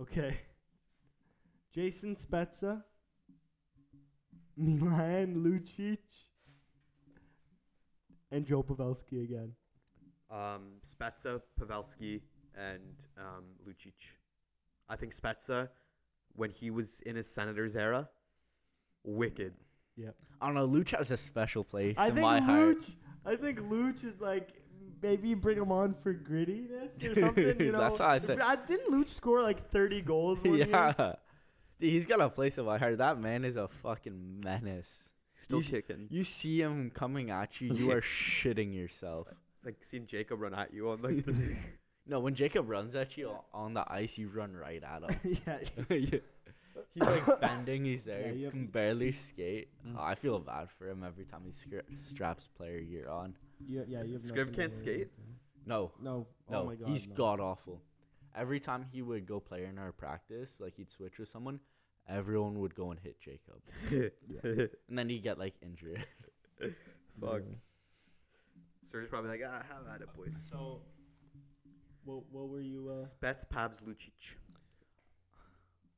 [SPEAKER 1] Okay. Jason Spezza, Milan Lucic, and Joe Pavelski again.
[SPEAKER 2] Um Spezza, Pavelski, and um Lucic. I think Spezza, when he was in his Senators era, wicked.
[SPEAKER 3] I don't know. Luch has a special place
[SPEAKER 1] I
[SPEAKER 3] in
[SPEAKER 1] think
[SPEAKER 3] my heart.
[SPEAKER 1] Luch. I think Luch is like maybe bring him on for grittiness or something. You
[SPEAKER 3] Dude,
[SPEAKER 1] know,
[SPEAKER 3] that's what I said.
[SPEAKER 1] Uh, Didn't Luch score like thirty goals? One year?
[SPEAKER 3] yeah. Dude, he's got a place in my heart. That man is a fucking menace.
[SPEAKER 2] Still
[SPEAKER 3] He's-
[SPEAKER 2] kicking.
[SPEAKER 3] You see him coming at you, you are shitting yourself.
[SPEAKER 2] It's like seeing Jacob run at you on like the
[SPEAKER 3] No, when Jacob runs at you o- on the ice, you run right at him.
[SPEAKER 1] yeah.
[SPEAKER 3] Yeah. He's like bending, he's
[SPEAKER 1] Yeah, Mm.
[SPEAKER 3] there,
[SPEAKER 1] you
[SPEAKER 3] you
[SPEAKER 1] have-
[SPEAKER 3] can barely skate. I feel bad for him every time he scra- straps player year on.
[SPEAKER 1] You, yeah, you have
[SPEAKER 2] Scriv
[SPEAKER 1] nothing to
[SPEAKER 2] can't
[SPEAKER 1] worry
[SPEAKER 2] skate?
[SPEAKER 1] about there.
[SPEAKER 3] No,
[SPEAKER 1] No,
[SPEAKER 3] no,
[SPEAKER 1] oh my god,
[SPEAKER 3] he's
[SPEAKER 1] no.
[SPEAKER 3] god awful. Every time he would go play in our practice, like he'd switch with someone, everyone would go and hit Jacob. And then he'd get like injured.
[SPEAKER 2] fuck. Serge's probably like, ah, have at it, boys.
[SPEAKER 1] So, what, what were you? Uh,
[SPEAKER 2] Spets, Pavs, Lucic.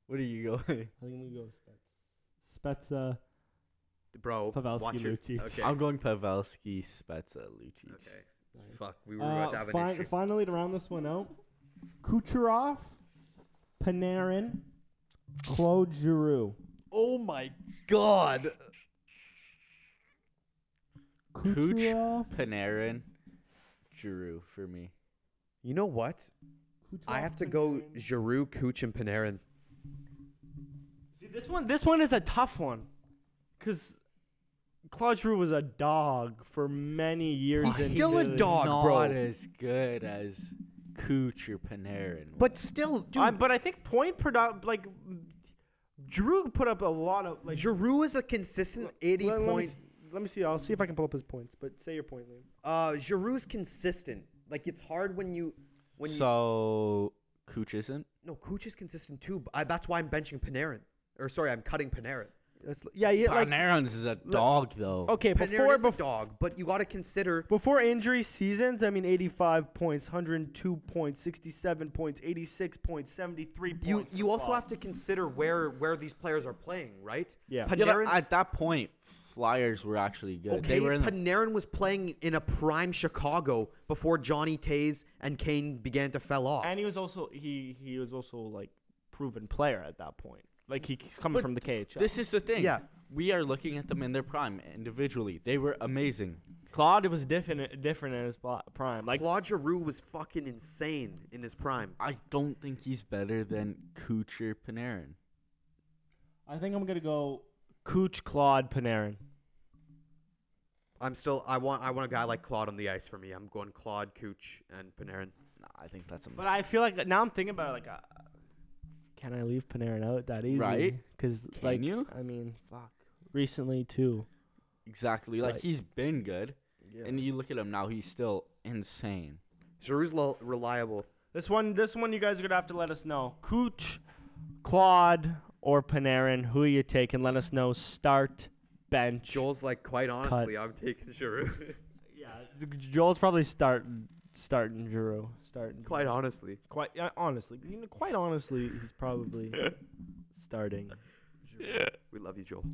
[SPEAKER 3] what are you going?
[SPEAKER 1] I think we go Spets. Spets. Uh,
[SPEAKER 2] Bro,
[SPEAKER 1] Pavelski,
[SPEAKER 2] watch your-
[SPEAKER 1] Lucic.
[SPEAKER 2] Okay.
[SPEAKER 3] I'm going Pavelski, Spezza, Lucic.
[SPEAKER 2] okay.
[SPEAKER 1] Nice.
[SPEAKER 2] Fuck, we were about to
[SPEAKER 1] uh,
[SPEAKER 2] have an
[SPEAKER 1] fi-
[SPEAKER 2] issue.
[SPEAKER 1] finally, to round this one out, Kucherov, Panarin, Claude Giroux.
[SPEAKER 2] oh my god.
[SPEAKER 3] Kuch-
[SPEAKER 1] Kucherov.
[SPEAKER 3] Panarin, Giroux for me.
[SPEAKER 2] You know what? I
[SPEAKER 1] Kucherov,
[SPEAKER 2] have to go
[SPEAKER 1] Panarin.
[SPEAKER 2] Giroux, Cooch, and Panarin.
[SPEAKER 1] See this one. This one is a tough one, because Claude Giroux was a dog for many years.
[SPEAKER 2] He's
[SPEAKER 1] into
[SPEAKER 2] still a
[SPEAKER 1] the-
[SPEAKER 2] dog.
[SPEAKER 3] not
[SPEAKER 2] bro.
[SPEAKER 3] as good as Cooch or Panarin.
[SPEAKER 2] But
[SPEAKER 3] was.
[SPEAKER 2] still, dude,
[SPEAKER 1] I, but I think point product like Drew put up a lot of like
[SPEAKER 2] Giroux is a consistent 80
[SPEAKER 1] Let- let me
[SPEAKER 2] point.
[SPEAKER 1] s- Let me see. I'll see if I can pull up his points. But say your point, Liam.
[SPEAKER 2] Uh, Giroux's consistent. Like it's hard when you when you
[SPEAKER 3] so Cooch isn't.
[SPEAKER 2] no Cooch is consistent too. But I, that's why I'm benching Panarin. Or sorry, I'm cutting Panarin.
[SPEAKER 1] That's, yeah, yeah. Like
[SPEAKER 3] Panarin's is a dog though.
[SPEAKER 1] okay,
[SPEAKER 2] Panarin
[SPEAKER 1] before
[SPEAKER 2] is a
[SPEAKER 1] before,
[SPEAKER 2] dog, but you got to consider
[SPEAKER 1] before injury seasons, I mean, eighty-five points, hundred two points, sixty-seven points, eighty-six points, seventy-three points.
[SPEAKER 2] you you also
[SPEAKER 1] have
[SPEAKER 2] have to consider where where these players are playing, right?
[SPEAKER 1] Yeah.
[SPEAKER 3] Yeah, but
[SPEAKER 2] Panarin
[SPEAKER 3] at that point, Flyers were actually good.
[SPEAKER 2] Okay,
[SPEAKER 3] they were in the,
[SPEAKER 2] Panarin was playing in a prime Chicago before Johnny Tays and Kane began to fell off.
[SPEAKER 1] And he was also he he was also like proven player at that point. Like he's coming
[SPEAKER 3] But
[SPEAKER 1] from the KHL.
[SPEAKER 3] This is the thing.
[SPEAKER 2] Yeah.
[SPEAKER 3] We are looking at them in their prime individually. They were amazing.
[SPEAKER 1] Claude was different, different in his pl- prime. Like
[SPEAKER 2] Claude Giroux was fucking insane in his prime.
[SPEAKER 3] I don't think he's better than Kucher Panarin.
[SPEAKER 1] I think I'm gonna go Cooch Claude Panarin.
[SPEAKER 2] I'm still. I want. I want a guy like Claude on the ice for me. I'm going Claude, Cooch, and Panarin.
[SPEAKER 3] Nah, I think that's a
[SPEAKER 1] But I feel like now I'm thinking about it. Like, uh, can I leave Panarin out that easy?
[SPEAKER 3] Right?
[SPEAKER 1] Because
[SPEAKER 3] Can
[SPEAKER 1] like
[SPEAKER 3] you?
[SPEAKER 1] I mean, fuck. Recently too.
[SPEAKER 3] exactly like
[SPEAKER 1] Right.
[SPEAKER 3] he's been good,
[SPEAKER 1] Yeah.
[SPEAKER 3] and you look at him now. He's still insane.
[SPEAKER 2] Giroux's lo- reliable.
[SPEAKER 1] This one, this one, you guys are gonna have to let us know. Cooch, Claude, or Panarin, who you take, and let us know. Start bench.
[SPEAKER 2] Joel's like, quite honestly, I'm taking Giroux.
[SPEAKER 1] Yeah, Joel's probably start starting Giroux. Starting
[SPEAKER 2] quite honestly.
[SPEAKER 1] quite uh, honestly, you know, quite honestly, he's probably starting.
[SPEAKER 2] We love you, Joel.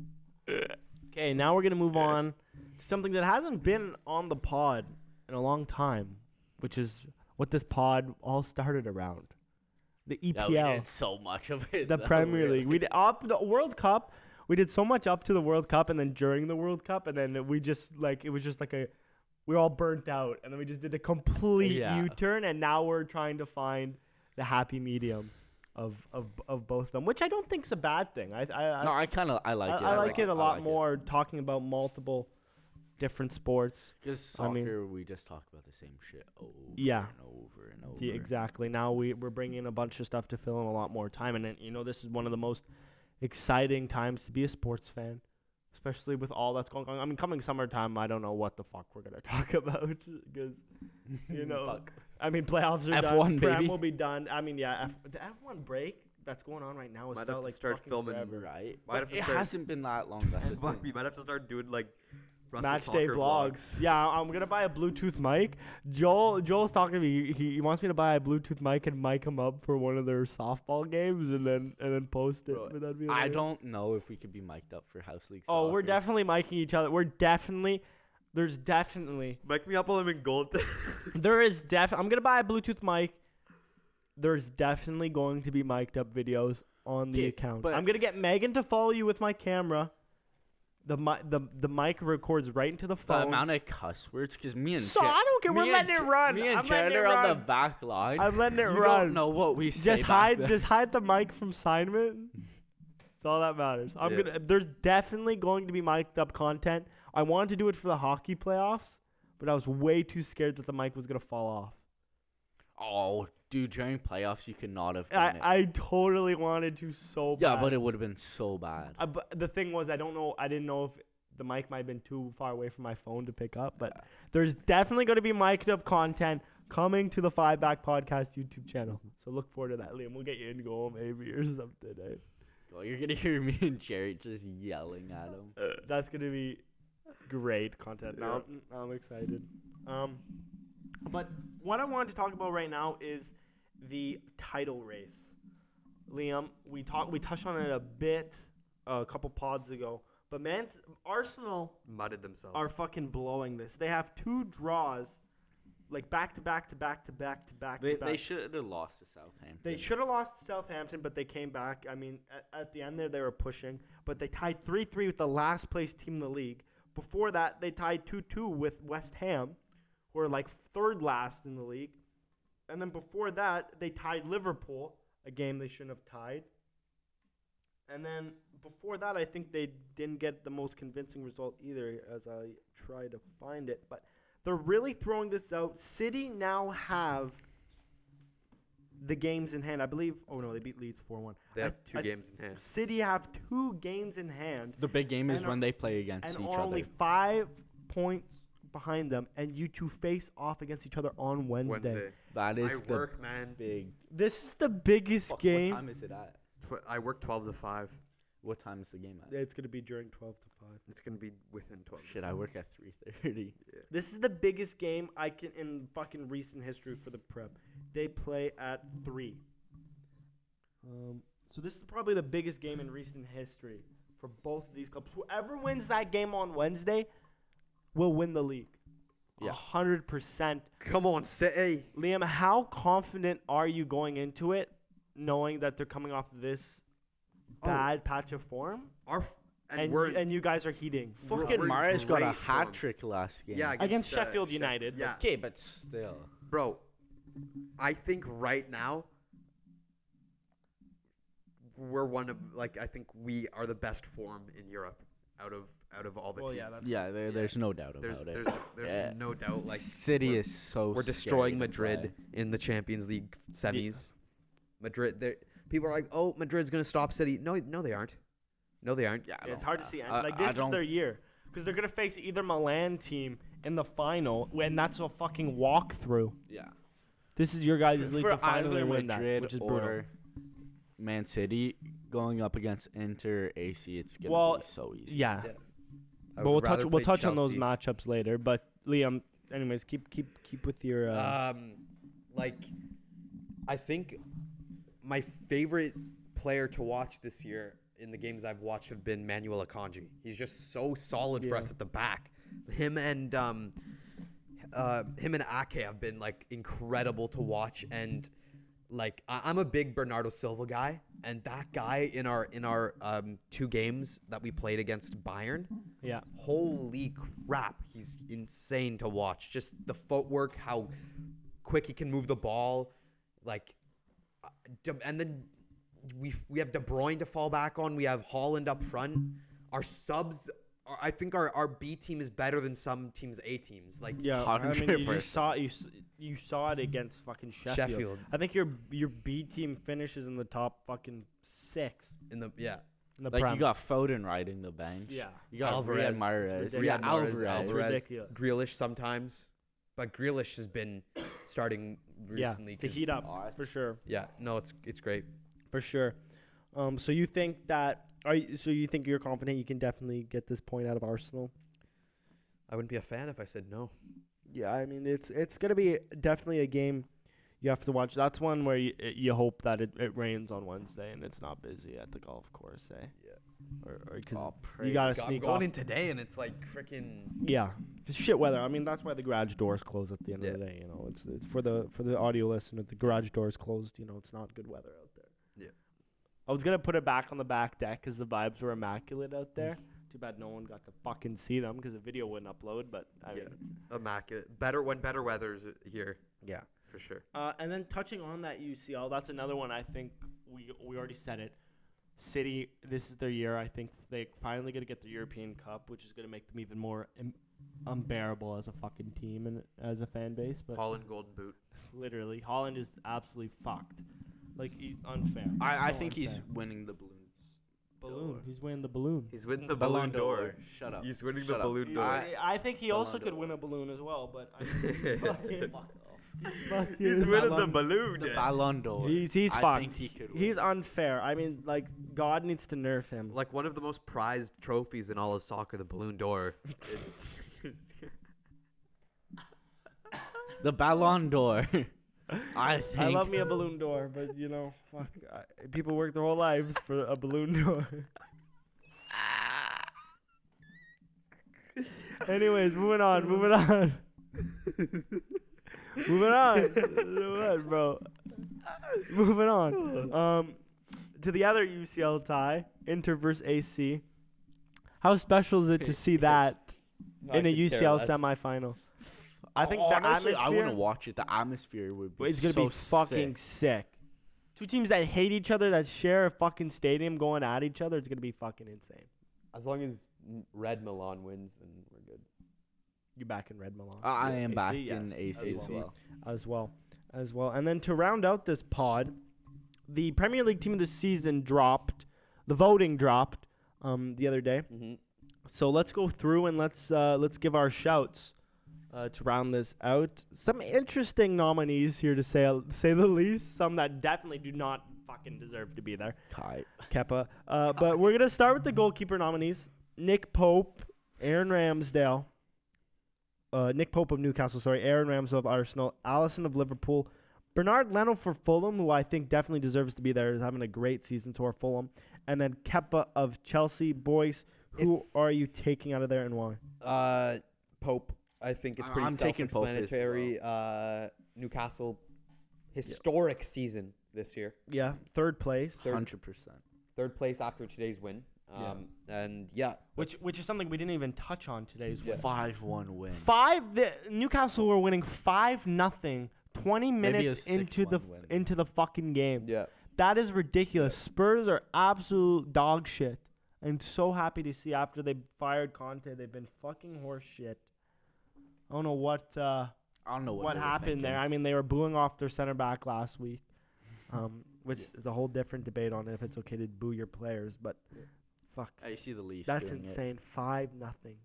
[SPEAKER 1] Okay, now we're gonna move on to something that hasn't been on the pod in a long time, which is what this pod all started around. The EPL.
[SPEAKER 3] so much of it.
[SPEAKER 1] E the Premier League. We did up the World Cup. We did so much up to the World Cup and then during the World Cup and then we just like it was just like a we were all burnt out and then we just did a complete
[SPEAKER 3] Yeah.
[SPEAKER 1] U-turn and now we're trying to find the happy medium of of, of both of them, which I don't think's a bad thing. I I,
[SPEAKER 3] No,
[SPEAKER 1] I,
[SPEAKER 3] I kind of I like
[SPEAKER 1] I,
[SPEAKER 3] it.
[SPEAKER 1] I like it a
[SPEAKER 3] I
[SPEAKER 1] lot
[SPEAKER 3] like
[SPEAKER 1] more talking about multiple different sports.
[SPEAKER 3] Because
[SPEAKER 1] I mean-
[SPEAKER 3] soccer, we just talk about the same shit over
[SPEAKER 1] Yeah.
[SPEAKER 3] and over and over.
[SPEAKER 1] Yeah, exactly. Now we, we're bringing a bunch of stuff to fill in a lot more time. And, then, you know, this is one of the most exciting times to be a sports fan, especially with all that's going on. I mean, coming summertime, I don't know what the fuck we're going to talk about because, you know,
[SPEAKER 3] Fuck.
[SPEAKER 1] I mean, playoffs are done.
[SPEAKER 3] F1,
[SPEAKER 1] Prem
[SPEAKER 3] baby.
[SPEAKER 1] will be done. I mean, yeah, F, the F1 break that's going on right now is
[SPEAKER 2] Might
[SPEAKER 1] felt
[SPEAKER 2] have to
[SPEAKER 1] like
[SPEAKER 2] start
[SPEAKER 1] fucking
[SPEAKER 2] filming
[SPEAKER 1] forever.
[SPEAKER 3] Right.
[SPEAKER 2] Might
[SPEAKER 3] But
[SPEAKER 2] have to
[SPEAKER 3] it
[SPEAKER 2] start-
[SPEAKER 3] hasn't been that long. That's the
[SPEAKER 2] Fuck, we
[SPEAKER 3] thing.
[SPEAKER 2] might have to start doing like Russell
[SPEAKER 1] Match day
[SPEAKER 2] Soccer
[SPEAKER 1] vlogs. Yeah, I'm gonna buy a Bluetooth mic. Joel Joel's talking to me. He, he wants me to buy a Bluetooth mic and mic him up for one of their softball games and then and then post it.
[SPEAKER 3] Bro,
[SPEAKER 1] But that'd be
[SPEAKER 3] I
[SPEAKER 1] hilarious.
[SPEAKER 3] don't know if we could be mic'd up for house league.
[SPEAKER 1] Oh, we're
[SPEAKER 3] soccer.
[SPEAKER 1] definitely micing each other. We're definitely. There's definitely.
[SPEAKER 2] Make me up while I'm in gold.
[SPEAKER 1] There is def. I'm gonna buy a Bluetooth mic. There's definitely going to be mic'd up videos on the
[SPEAKER 3] Yeah,
[SPEAKER 1] account.
[SPEAKER 3] but-
[SPEAKER 1] I'm gonna get Megan to follow you with my camera. The mi- the the mic records right into the
[SPEAKER 3] The
[SPEAKER 1] phone.
[SPEAKER 3] amount of cuss words, because me and
[SPEAKER 1] So,
[SPEAKER 3] Ja-
[SPEAKER 1] I don't care,
[SPEAKER 3] me
[SPEAKER 1] we're
[SPEAKER 3] and
[SPEAKER 1] letting it
[SPEAKER 3] Ja-
[SPEAKER 1] run.
[SPEAKER 3] Me and
[SPEAKER 1] I'm letting
[SPEAKER 3] Jared
[SPEAKER 1] it
[SPEAKER 3] are on the
[SPEAKER 1] run.
[SPEAKER 3] back line.
[SPEAKER 1] I'm letting it
[SPEAKER 3] you
[SPEAKER 1] run.
[SPEAKER 3] Don't know what we say.
[SPEAKER 1] just
[SPEAKER 3] back
[SPEAKER 1] hide
[SPEAKER 3] then.
[SPEAKER 1] just hide the mic from Simon. That's all that matters. I'm
[SPEAKER 2] Yeah.
[SPEAKER 1] gonna there's definitely going to be mic'd up content. I wanted to do it for the hockey playoffs, but I was way too scared that the mic was gonna fall off.
[SPEAKER 3] Oh, dude, during playoffs, you could not have done
[SPEAKER 1] I, I
[SPEAKER 3] it.
[SPEAKER 1] totally wanted to so
[SPEAKER 3] yeah,
[SPEAKER 1] bad.
[SPEAKER 3] but it would have been so bad.
[SPEAKER 1] I, but the thing was I don't know I didn't know if the mic might have been too far away from my phone to pick up, but there's definitely gonna be mic'd up content coming to the Five Back Podcast YouTube channel. So look forward to that, Liam. We'll get you in goal maybe or something. eh?
[SPEAKER 3] Well, you're gonna hear me and Jared just yelling at him.
[SPEAKER 1] That's gonna be great content. Now I'm, I'm excited. Um, but what I wanted to talk about right now is the title race. Liam, we talked, we touched on it a bit uh, a couple pods ago, but man's Arsenal
[SPEAKER 2] Mudded themselves.
[SPEAKER 1] are fucking blowing this. They have two draws, like back to back to back to back to back
[SPEAKER 3] They,
[SPEAKER 1] to back.
[SPEAKER 3] they should have lost to Southampton.
[SPEAKER 1] They should have lost to Southampton, but they came back. I mean, at, at the end there, they were pushing, but they tied 3 3 with the last place team in the league. Before that, they tied 2 2 with West Ham, who are like third last in the league. And then before that, they tied Liverpool, a game they shouldn't have tied. And then before that, I think they didn't get the most convincing result either as I try to find it. But they're really throwing this out. City now have the games in hand. I believe. Oh no, they beat Leeds four one.
[SPEAKER 2] They have two games in hand.
[SPEAKER 1] City have two games in hand
[SPEAKER 3] The big game is
[SPEAKER 1] And are-
[SPEAKER 3] when they play against
[SPEAKER 1] and
[SPEAKER 3] each
[SPEAKER 1] are only
[SPEAKER 3] other.
[SPEAKER 1] five points behind them, and you two face off against each other on Wednesday.
[SPEAKER 2] Wednesday.
[SPEAKER 3] That is
[SPEAKER 2] I
[SPEAKER 3] the
[SPEAKER 2] work, man.
[SPEAKER 3] big
[SPEAKER 1] This is the biggest
[SPEAKER 3] Fuck,
[SPEAKER 1] game.
[SPEAKER 3] What time is it at?
[SPEAKER 2] Tw- I work 12 to 5.
[SPEAKER 3] What time is the game at?
[SPEAKER 1] It's gonna be during twelve to five.
[SPEAKER 2] It's going to be within 12.
[SPEAKER 3] Shit, I work at three thirty.
[SPEAKER 1] This is the biggest game I can in fucking recent history for the prep. They play at three. Um, so this is probably the biggest game in recent history for both of these clubs. Whoever wins that game on Wednesday will win the league. A
[SPEAKER 3] Yeah.
[SPEAKER 1] hundred percent.
[SPEAKER 2] Come on, City.
[SPEAKER 1] Liam, how confident are you going into it, knowing that they're coming off this
[SPEAKER 2] Oh.
[SPEAKER 1] bad patch of form,
[SPEAKER 2] Our f- and,
[SPEAKER 1] and and,
[SPEAKER 2] we're
[SPEAKER 1] and you guys are heating.
[SPEAKER 2] We're-
[SPEAKER 3] Fucking
[SPEAKER 2] we're in
[SPEAKER 3] Marius got a
[SPEAKER 2] great
[SPEAKER 3] hat
[SPEAKER 2] form.
[SPEAKER 3] trick last game.
[SPEAKER 2] yeah
[SPEAKER 1] Against
[SPEAKER 2] uh,
[SPEAKER 1] Sheffield
[SPEAKER 2] Sheff-
[SPEAKER 1] United,
[SPEAKER 2] Yeah,
[SPEAKER 3] Okay, but still.
[SPEAKER 2] bro. I think right now we're one of like I think we are the best form in Europe out of out of all the
[SPEAKER 1] Well,
[SPEAKER 2] teams.
[SPEAKER 1] yeah, that's-
[SPEAKER 3] Yeah, there, there's no doubt about
[SPEAKER 2] there's
[SPEAKER 3] it.
[SPEAKER 2] there's there's
[SPEAKER 3] Yeah.
[SPEAKER 2] no doubt like
[SPEAKER 3] City
[SPEAKER 2] we're-
[SPEAKER 3] is so.
[SPEAKER 2] we're
[SPEAKER 3] scary
[SPEAKER 2] destroying
[SPEAKER 3] to
[SPEAKER 2] Madrid
[SPEAKER 3] play.
[SPEAKER 2] in the Champions League semis. Madrid, they're- people are like, "Oh, Madrid's gonna stop City." No, no, they aren't. No, they aren't. Yeah,
[SPEAKER 1] Yeah, it's hard to see. And,
[SPEAKER 3] I-
[SPEAKER 1] like
[SPEAKER 3] I
[SPEAKER 1] this is
[SPEAKER 3] don't-
[SPEAKER 1] their year because they're gonna face either Milan team in the final, and that's a fucking walkthrough.
[SPEAKER 3] Yeah.
[SPEAKER 1] This is your guys' league
[SPEAKER 3] For
[SPEAKER 1] to finally
[SPEAKER 3] either
[SPEAKER 1] win that,
[SPEAKER 3] Madrid
[SPEAKER 1] which is
[SPEAKER 3] or
[SPEAKER 1] brutal.
[SPEAKER 3] Man City going up against Inter AC, it's gonna
[SPEAKER 1] Well,
[SPEAKER 3] be so easy.
[SPEAKER 1] Yeah,
[SPEAKER 2] Yeah. I
[SPEAKER 1] but
[SPEAKER 2] would
[SPEAKER 1] we'll touch
[SPEAKER 2] rather
[SPEAKER 1] we'll
[SPEAKER 2] play
[SPEAKER 1] touch on those
[SPEAKER 2] Chelsea.
[SPEAKER 1] matchups later. But Liam, anyways, keep keep keep with your. Uh,
[SPEAKER 2] Um, like, I think my favorite player to watch this year in the games I've watched have been Manuel Akanji. He's just so solid for
[SPEAKER 1] Yeah.
[SPEAKER 2] us at the back. Him and um, uh, him and Ake have been like incredible to watch and. Like I- I'm a big Bernardo Silva guy, and that guy in our in our um, two games that we played against Bayern,
[SPEAKER 1] yeah,
[SPEAKER 2] holy crap, he's insane to watch. Just the footwork, how quick he can move the ball, like, uh, De- and then we we have De Bruyne to fall back on. We have Holland up front. Our subs, are, I think our our B team is better than some teams' A teams. Like,
[SPEAKER 1] yeah. I mean, you
[SPEAKER 3] 100%.
[SPEAKER 1] just saw you s- you saw it against fucking Sheffield.
[SPEAKER 2] Sheffield.
[SPEAKER 1] I think your your B team finishes in the top fucking six
[SPEAKER 2] in the yeah,
[SPEAKER 1] in the
[SPEAKER 3] Like
[SPEAKER 1] Prem.
[SPEAKER 3] you got Foden riding the bench.
[SPEAKER 1] Yeah.
[SPEAKER 3] You got
[SPEAKER 2] Alvarez.
[SPEAKER 3] Riyad Mahrez.
[SPEAKER 1] It's
[SPEAKER 3] You
[SPEAKER 2] Riyad
[SPEAKER 3] got
[SPEAKER 2] Mahrez,
[SPEAKER 1] Alvarez.
[SPEAKER 2] Alvarez,
[SPEAKER 1] Ridiculous.
[SPEAKER 2] Grealish sometimes, but Grealish has been starting
[SPEAKER 1] yeah
[SPEAKER 2] recently
[SPEAKER 1] to
[SPEAKER 2] 'cause-
[SPEAKER 1] heat up
[SPEAKER 3] Oh,
[SPEAKER 1] for sure.
[SPEAKER 2] Yeah, no, it's it's great.
[SPEAKER 1] For sure. Um, so you think that are you, so you think you're confident you can definitely get this point out of Arsenal?
[SPEAKER 2] I wouldn't be a fan if I said no.
[SPEAKER 1] Yeah, I mean it's it's gonna be definitely a game you have to watch. That's one where you, you hope that it, it rains on Wednesday and it's not busy at the golf course, eh?
[SPEAKER 2] Yeah.
[SPEAKER 1] Or because
[SPEAKER 3] Oh,
[SPEAKER 1] you
[SPEAKER 3] pray
[SPEAKER 1] gotta
[SPEAKER 2] God,
[SPEAKER 1] sneak
[SPEAKER 2] I'm going
[SPEAKER 1] off.
[SPEAKER 2] in today, and it's like freaking.
[SPEAKER 1] yeah, 'Cause shit weather. I mean that's why the garage doors close at the end
[SPEAKER 2] Yeah.
[SPEAKER 1] of the day. You know, it's it's for the for the audio listener. The garage doors closed. You know, it's not good weather out there.
[SPEAKER 2] Yeah.
[SPEAKER 1] I was gonna put it back on the back deck because the vibes were immaculate out there.
[SPEAKER 2] Mm-hmm.
[SPEAKER 1] Too bad no one got to fucking see them because the video wouldn't upload. But I
[SPEAKER 2] Yeah.
[SPEAKER 1] mean,
[SPEAKER 2] immaculate. Better when better weather's here.
[SPEAKER 1] Yeah.
[SPEAKER 2] for sure.
[SPEAKER 1] Uh, and then touching on that UCL, that's another one I think we we already said it. City, this is their year. I think they finally going to get the European Cup, which is going to make them even more Im- unbearable as a fucking team and as a fan base. But
[SPEAKER 2] Holland Golden Boot.
[SPEAKER 1] literally, Holland is absolutely fucked. Like he's unfair.
[SPEAKER 3] I, I
[SPEAKER 1] So
[SPEAKER 3] think he's
[SPEAKER 1] unfair.
[SPEAKER 3] winning the balloon.
[SPEAKER 1] balloon. He's winning the balloon.
[SPEAKER 2] He's winning the balloon door.
[SPEAKER 3] Shut up.
[SPEAKER 2] He's winning
[SPEAKER 3] Shut
[SPEAKER 2] the
[SPEAKER 3] up.
[SPEAKER 2] balloon door.
[SPEAKER 3] I-
[SPEAKER 1] I, I think he also
[SPEAKER 3] Ballon
[SPEAKER 1] could
[SPEAKER 3] d'Or.
[SPEAKER 1] win a balloon as well, but I he's fucking fuck off. fucking
[SPEAKER 2] He's winning the
[SPEAKER 1] Ballon-
[SPEAKER 2] balloon.
[SPEAKER 3] The Ballon d'Or.
[SPEAKER 1] He's he's
[SPEAKER 3] I
[SPEAKER 1] fucked.
[SPEAKER 3] think he could win.
[SPEAKER 1] he's unfair. I mean, like God needs to nerf him.
[SPEAKER 2] like one of the most prized trophies in all of soccer, the balloon door.
[SPEAKER 3] the Ballon d'Or. I think.
[SPEAKER 1] I love me a balloon door, but you know, fuck, I, people work their whole lives for a balloon door. Anyways, moving on, moving on, moving on, Moving on, bro? Moving on. Um, to the other UCL tie, Inter versus AC. How special is it to see that in a UCL semifinal? I think the
[SPEAKER 3] Oh, Honestly, I
[SPEAKER 1] atmosphere-
[SPEAKER 3] want to watch it. The atmosphere would be.
[SPEAKER 1] it's gonna
[SPEAKER 3] so
[SPEAKER 1] be fucking sick.
[SPEAKER 3] sick.
[SPEAKER 1] Two teams that hate each other that share a fucking stadium going at each other. It's gonna be fucking insane.
[SPEAKER 2] As long as Red Milan wins, then we're good.
[SPEAKER 1] You back in Red Milan
[SPEAKER 3] I I am
[SPEAKER 1] AC,
[SPEAKER 3] back
[SPEAKER 1] yes,
[SPEAKER 3] in AC
[SPEAKER 1] as
[SPEAKER 3] as
[SPEAKER 1] well.
[SPEAKER 3] well.
[SPEAKER 1] as well, as well. And then to round out this pod, the Premier League team of the season dropped. The voting dropped um, the other day.
[SPEAKER 2] Mm-hmm.
[SPEAKER 1] So let's go through and let's uh, let's give our shouts uh, to round this out. Some interesting nominees here to say say the least. Some that definitely do not fucking deserve to be there.
[SPEAKER 3] Kai.
[SPEAKER 1] Keppa. Uh, but we're gonna start with the goalkeeper nominees: Nick Pope, Aaron Ramsdale, uh, Nick Pope of Newcastle. Sorry, Aaron Ramsdale of Arsenal, Allison of Liverpool, Bernard Leno for Fulham, who I think definitely deserves to be there, is having a great season tour Fulham, and then Keppa of Chelsea. Boys, who
[SPEAKER 2] If-
[SPEAKER 1] are you taking out of there and why?
[SPEAKER 2] Uh, Pope. I think it's
[SPEAKER 3] I-
[SPEAKER 2] pretty
[SPEAKER 3] I'm taking Pope as
[SPEAKER 2] self-explanatory. Uh, Newcastle, historic season this year.
[SPEAKER 1] Yeah, third place.
[SPEAKER 2] Third-
[SPEAKER 3] Hundred percent.
[SPEAKER 2] Third place after today's win.
[SPEAKER 3] Yeah.
[SPEAKER 2] Um, And yeah,
[SPEAKER 1] Which
[SPEAKER 2] that's-
[SPEAKER 1] which is something we didn't even touch on today's
[SPEAKER 2] Yeah.
[SPEAKER 3] Five one win.
[SPEAKER 1] Five the Newcastle were winning five nothing 20
[SPEAKER 3] Maybe a
[SPEAKER 1] minutes into the
[SPEAKER 3] 6-1 win.
[SPEAKER 1] into the fucking game.
[SPEAKER 2] yeah,
[SPEAKER 1] That is ridiculous. Spurs are absolute dog shit. I'm so happy to see after they fired Conte, they've been fucking horse shit. I don't know what uh,
[SPEAKER 3] I don't know
[SPEAKER 1] what,
[SPEAKER 3] what, they were
[SPEAKER 1] happened there.
[SPEAKER 3] thinking.
[SPEAKER 1] I mean, they were booing off their center back last week, um, which is a whole different debate on if it's okay to boo your players. But fuck,
[SPEAKER 3] I see the Leafs.
[SPEAKER 1] that's
[SPEAKER 3] doing it.
[SPEAKER 1] insane. Five nothing,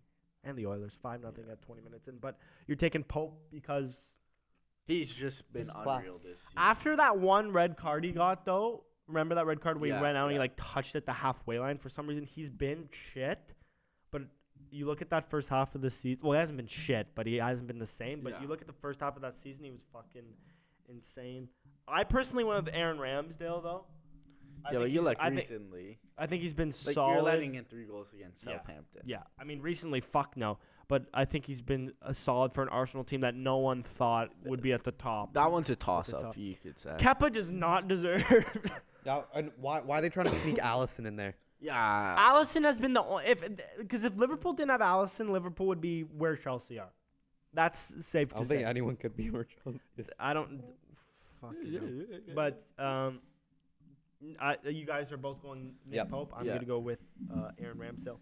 [SPEAKER 1] and the Oilers five nothing at 20 minutes in. But you're taking Pope because
[SPEAKER 3] He's just been
[SPEAKER 2] He's
[SPEAKER 3] unreal
[SPEAKER 2] class.
[SPEAKER 3] this season.
[SPEAKER 1] After that one red card he got, though, remember that red card where
[SPEAKER 3] Yeah,
[SPEAKER 1] he went out and he
[SPEAKER 3] yeah.
[SPEAKER 1] like touched at the halfway line for some reason? He's been shit, but you look at that first half of the season. Well, he hasn't been shit, but he hasn't been the same. But
[SPEAKER 3] Yeah.
[SPEAKER 1] you look at the first half of that season, he was fucking insane. I personally went with Aaron Ramsdale though. I
[SPEAKER 3] yeah,
[SPEAKER 1] think
[SPEAKER 3] but you
[SPEAKER 1] he's-
[SPEAKER 3] like
[SPEAKER 1] I, think,
[SPEAKER 3] recently,
[SPEAKER 1] I think he's been
[SPEAKER 3] like
[SPEAKER 1] solid.
[SPEAKER 3] you're letting in three goals against
[SPEAKER 1] Yeah.
[SPEAKER 3] Southampton.
[SPEAKER 1] Yeah, I mean, recently, fuck no. But I think he's been a solid for an Arsenal team that no one thought would be at the top.
[SPEAKER 3] That one's a toss
[SPEAKER 1] tough.
[SPEAKER 3] up. You could
[SPEAKER 2] uh,
[SPEAKER 3] say.
[SPEAKER 1] Kepa does not deserve
[SPEAKER 2] Now, and why why are they trying to sneak Allison in there?
[SPEAKER 3] yeah.
[SPEAKER 1] Allison has been the o- if because if Liverpool didn't have Allison, Liverpool would be where Chelsea are. That's safe
[SPEAKER 2] I
[SPEAKER 1] to
[SPEAKER 2] don't
[SPEAKER 1] say.
[SPEAKER 2] think anyone could be where Chelsea is.
[SPEAKER 1] I don't. Fucking know. But um, I, uh, you guys are both going Nick
[SPEAKER 2] Yep.
[SPEAKER 1] Pope. I'm
[SPEAKER 3] Yeah.
[SPEAKER 1] gonna go with uh, Aaron Ramsdale.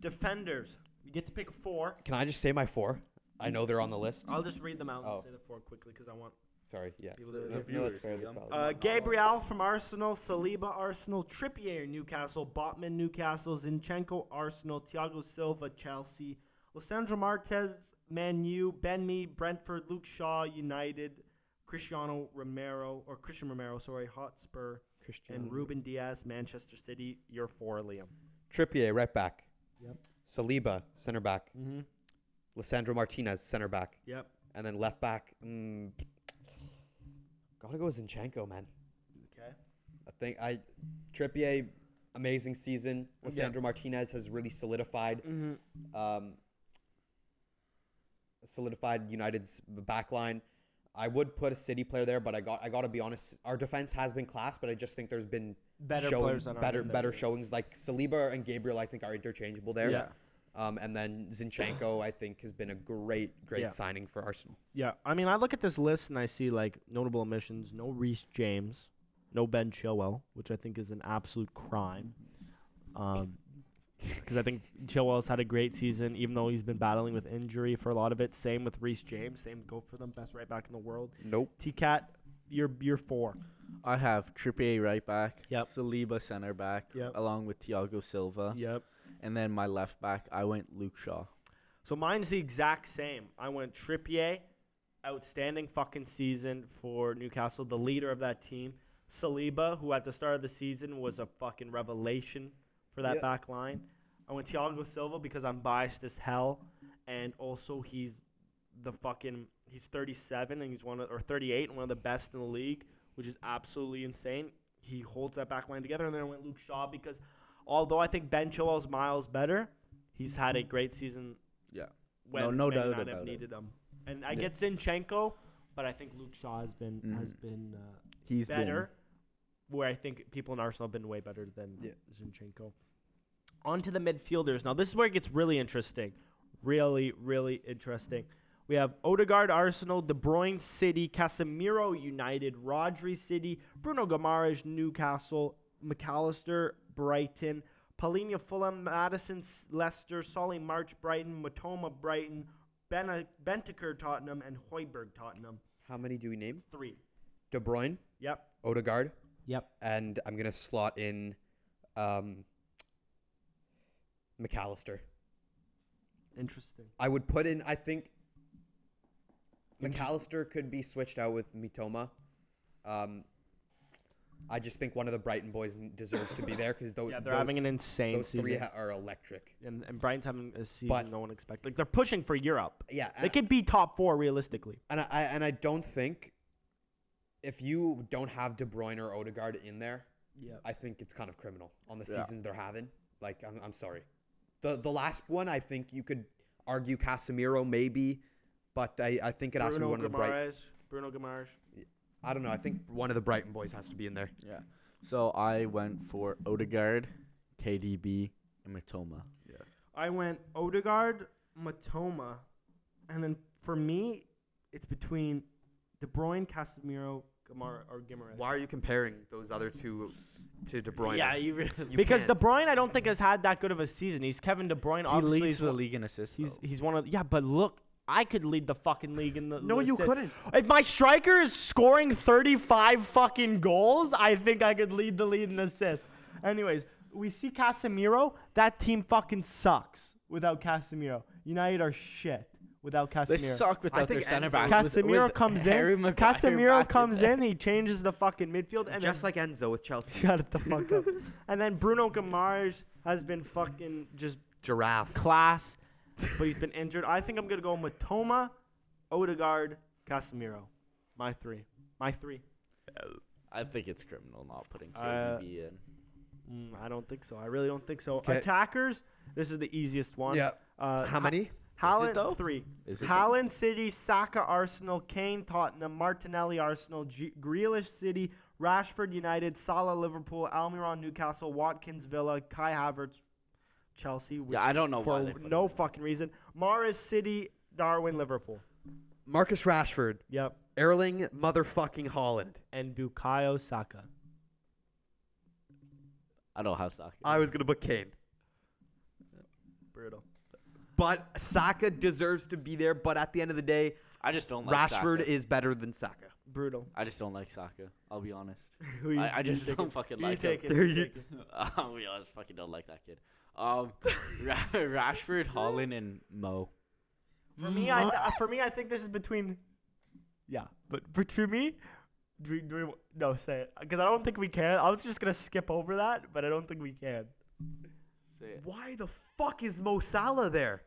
[SPEAKER 1] Defenders, you get to pick four.
[SPEAKER 2] Can I just say my four? I know they're on the list.
[SPEAKER 1] I'll just read them out and
[SPEAKER 2] Oh.
[SPEAKER 1] say the four quickly because I want
[SPEAKER 2] Sorry, yeah.
[SPEAKER 1] people to.
[SPEAKER 2] No,
[SPEAKER 3] The
[SPEAKER 2] no, that's
[SPEAKER 3] viewers
[SPEAKER 2] fair.
[SPEAKER 3] need
[SPEAKER 2] That's
[SPEAKER 3] them.
[SPEAKER 2] valid.
[SPEAKER 1] Uh, Gabriel from Arsenal, Saliba Arsenal, Trippier Newcastle, Botman Newcastle, Zinchenko Arsenal, Thiago Silva Chelsea, Lissandro Martez Man U, Ben Me Brentford, Luke Shaw United, Cristiano Romero or Christian Romero, sorry, Hotspur,
[SPEAKER 2] Cristiano.
[SPEAKER 1] and Ruben Diaz Manchester City. You're for Liam.
[SPEAKER 2] Trippier, right back.
[SPEAKER 1] Yep.
[SPEAKER 2] Saliba, center back.
[SPEAKER 1] Mm-hmm.
[SPEAKER 2] Lissandro Martinez, center back.
[SPEAKER 1] Yep.
[SPEAKER 2] And then left back. Mm, gotta go Zinchenko, man.
[SPEAKER 1] Okay.
[SPEAKER 2] I think I Trippier, amazing season. Lissandro Martinez has really solidified
[SPEAKER 1] Mm-hmm.
[SPEAKER 2] um, solidified United's back line. I would put a City player there, but I got I got to be honest. Our defense has been class, but I just think there's been
[SPEAKER 1] Better
[SPEAKER 2] showing-
[SPEAKER 1] players that aren't
[SPEAKER 2] better
[SPEAKER 1] in there,
[SPEAKER 2] better
[SPEAKER 1] yeah.
[SPEAKER 2] showings. Like Saliba and Gabriel, I think are interchangeable there.
[SPEAKER 1] Yeah.
[SPEAKER 2] Um, and then Zinchenko, I think, has been a great great
[SPEAKER 1] Yeah.
[SPEAKER 2] signing for Arsenal.
[SPEAKER 1] Yeah, I mean, I look at this list and I see like notable omissions: no Reece James, no Ben Chilwell, which I think is an absolute crime. Um, because I think Chilwell's had a great season, even though he's been battling with injury for a lot of it. Same with Reece James. Same go for them, best right back in the world.
[SPEAKER 2] Nope.
[SPEAKER 1] T Cat, you're you're four.
[SPEAKER 3] I have Trippier right back.
[SPEAKER 1] Yep.
[SPEAKER 3] Saliba center back.
[SPEAKER 1] Yep.
[SPEAKER 3] Along with Thiago Silva.
[SPEAKER 1] Yep.
[SPEAKER 3] And then my left back, I went Luke Shaw.
[SPEAKER 1] So mine's the exact same. I went Trippier, outstanding fucking season for Newcastle, the leader of that team. Saliba, who at the start of the season was a fucking revelation for that
[SPEAKER 2] Yeah.
[SPEAKER 1] back line. I went Thiago Silva because I'm biased as hell, and also he's the fucking he's 37 and he's one of, or 38 and one of the best in the league, which is absolutely insane. He holds that back line together, and then I went Luke Shaw because although I think Ben Chilwell's miles better, he's had a great season
[SPEAKER 3] Yeah.
[SPEAKER 1] when
[SPEAKER 3] No- no
[SPEAKER 1] may
[SPEAKER 3] doubt
[SPEAKER 1] not have
[SPEAKER 3] about it.
[SPEAKER 1] needed him. And I
[SPEAKER 2] Yeah.
[SPEAKER 1] get Zinchenko, but I think Luke Shaw has been
[SPEAKER 3] Mm-hmm.
[SPEAKER 1] has been uh,
[SPEAKER 3] He's
[SPEAKER 1] better. Where I think people in Arsenal have been way better than
[SPEAKER 2] Yeah.
[SPEAKER 1] Zinchenko. On to the midfielders. Now this is where it gets really interesting, really really interesting. We have Odegaard, Arsenal, De Bruyne, City, Casemiro, United, Rodri, City, Bruno Gomares, Newcastle, McAllister, Brighton, Paulinho, Fulham, Madison, S- Leicester, Solly March, Brighton, Matoma, Brighton, ben- Bentaker, Tottenham, and Hoiberg, Tottenham.
[SPEAKER 2] How many do we name?
[SPEAKER 1] Three.
[SPEAKER 2] De Bruyne,
[SPEAKER 1] Yep.
[SPEAKER 2] Odegaard,
[SPEAKER 1] Yep.
[SPEAKER 2] and I'm gonna slot in, um, McAllister.
[SPEAKER 1] Interesting.
[SPEAKER 2] I would put in. I think McAllister could be switched out with Mitoma. Um, I just think one of the Brighton boys n- deserves to be there because those,
[SPEAKER 1] Yeah, they're having an
[SPEAKER 2] Oh, those
[SPEAKER 1] insane
[SPEAKER 2] those three
[SPEAKER 1] season.
[SPEAKER 2] ha- are electric.
[SPEAKER 1] and, and Brighton's having a season
[SPEAKER 2] But-
[SPEAKER 1] no one expected. Like they're pushing for Europe.
[SPEAKER 2] Yeah,
[SPEAKER 1] They
[SPEAKER 2] and,
[SPEAKER 1] could be top four realistically.
[SPEAKER 2] and I I- and I don't think if you don't have De Bruyne or Odegaard in there,
[SPEAKER 1] Yeah.
[SPEAKER 2] I think it's kind of criminal on the
[SPEAKER 3] Yeah.
[SPEAKER 2] season they're having. Like I'm, I'm sorry, the the last one I think you could argue Casemiro maybe, but I, I think it has to be
[SPEAKER 1] Bruno
[SPEAKER 2] one of the Brighton.
[SPEAKER 1] Bruno Gomares.
[SPEAKER 2] I don't know. I think one of the Brighton boys has to be in there.
[SPEAKER 3] Yeah. So I went for Odegaard, KDB, and Matoma.
[SPEAKER 1] I went Odegaard, Matoma, and then for me, it's between De Bruyne, Casemiro, Gamar or Gimares.
[SPEAKER 2] Why are you comparing those other two to De Bruyne?
[SPEAKER 3] you really.
[SPEAKER 2] You
[SPEAKER 1] because
[SPEAKER 2] can't.
[SPEAKER 1] De Bruyne, I don't think has had that good of a season. He's Kevin De Bruyne.
[SPEAKER 3] he
[SPEAKER 1] obviously,
[SPEAKER 3] leads
[SPEAKER 1] he's
[SPEAKER 3] the
[SPEAKER 1] one-
[SPEAKER 3] league in assists.
[SPEAKER 1] He's
[SPEAKER 3] though.
[SPEAKER 1] he's one of yeah, but look, I could lead the fucking league in the.
[SPEAKER 2] No, you
[SPEAKER 1] assists.
[SPEAKER 2] couldn't.
[SPEAKER 1] If my striker is scoring 35 fucking goals, I think I could lead the lead in assists. Anyways, we see Casemiro. That team fucking sucks without Casemiro. United are shit without
[SPEAKER 3] They
[SPEAKER 1] Casemiro.
[SPEAKER 3] suck
[SPEAKER 2] I
[SPEAKER 3] without their
[SPEAKER 2] think
[SPEAKER 3] center
[SPEAKER 2] Enzo-
[SPEAKER 3] back.
[SPEAKER 1] Casemiro comes in. Casemiro comes in. He changes the fucking midfield and
[SPEAKER 2] Just
[SPEAKER 1] then
[SPEAKER 2] like Enzo with Chelsea.
[SPEAKER 1] shut the fuck up. And then Bruno Gamars has been fucking just
[SPEAKER 2] Giraffe.
[SPEAKER 1] class, but he's been injured. I think I'm gonna go Matoma, Odegaard, Casemiro. My three. My three.
[SPEAKER 3] I think it's criminal not putting
[SPEAKER 1] Uh,
[SPEAKER 3] KDB in.
[SPEAKER 1] Mm, I don't think so. I really don't think so.
[SPEAKER 2] 'Kay.
[SPEAKER 1] Attackers. This is the easiest one.
[SPEAKER 2] Yeah.
[SPEAKER 1] Uh,
[SPEAKER 2] How many?
[SPEAKER 1] Haaland
[SPEAKER 3] though?
[SPEAKER 1] three.
[SPEAKER 3] Is it though?
[SPEAKER 1] Haaland City, Saka Arsenal, Kane Tottenham, Martinelli Arsenal, G- Grealish City, Rashford United, Salah Liverpool, Almiron Newcastle, Watkins Villa, Kai Havertz Chelsea. Which
[SPEAKER 3] Yeah, I don't know
[SPEAKER 1] for
[SPEAKER 3] why they put him
[SPEAKER 1] no
[SPEAKER 3] in.
[SPEAKER 1] fucking reason. Morris City, Darwin Liverpool.
[SPEAKER 2] Marcus Rashford,
[SPEAKER 1] Yep.
[SPEAKER 2] Erling motherfucking Holland.
[SPEAKER 1] and Bukayo Saka.
[SPEAKER 3] I don't have Saka.
[SPEAKER 2] I was gonna put Kane,
[SPEAKER 1] Brutal.
[SPEAKER 2] but Saka deserves to be there. But at the end of the day,
[SPEAKER 3] I just don't like
[SPEAKER 2] Rashford
[SPEAKER 3] Saka.
[SPEAKER 2] is better than Saka.
[SPEAKER 1] Brutal.
[SPEAKER 3] I just don't like Saka. I'll be honest.
[SPEAKER 1] Who you-
[SPEAKER 3] I, I
[SPEAKER 1] who you
[SPEAKER 3] just
[SPEAKER 1] taking?
[SPEAKER 3] don't fucking
[SPEAKER 1] Who you
[SPEAKER 3] like him.
[SPEAKER 1] taking?
[SPEAKER 2] There
[SPEAKER 1] Who you
[SPEAKER 2] you-
[SPEAKER 1] taking?
[SPEAKER 3] I'll be honest, fucking don't like that kid. Um, Ra- Rashford, Holland, and Mo.
[SPEAKER 1] For me, I th- for me, I think this is between. Yeah, but for to me, do we, do we, no say it because I don't think we can. I was just gonna skip over that, but I don't think we can.
[SPEAKER 2] Why the fuck is Mo Salah there?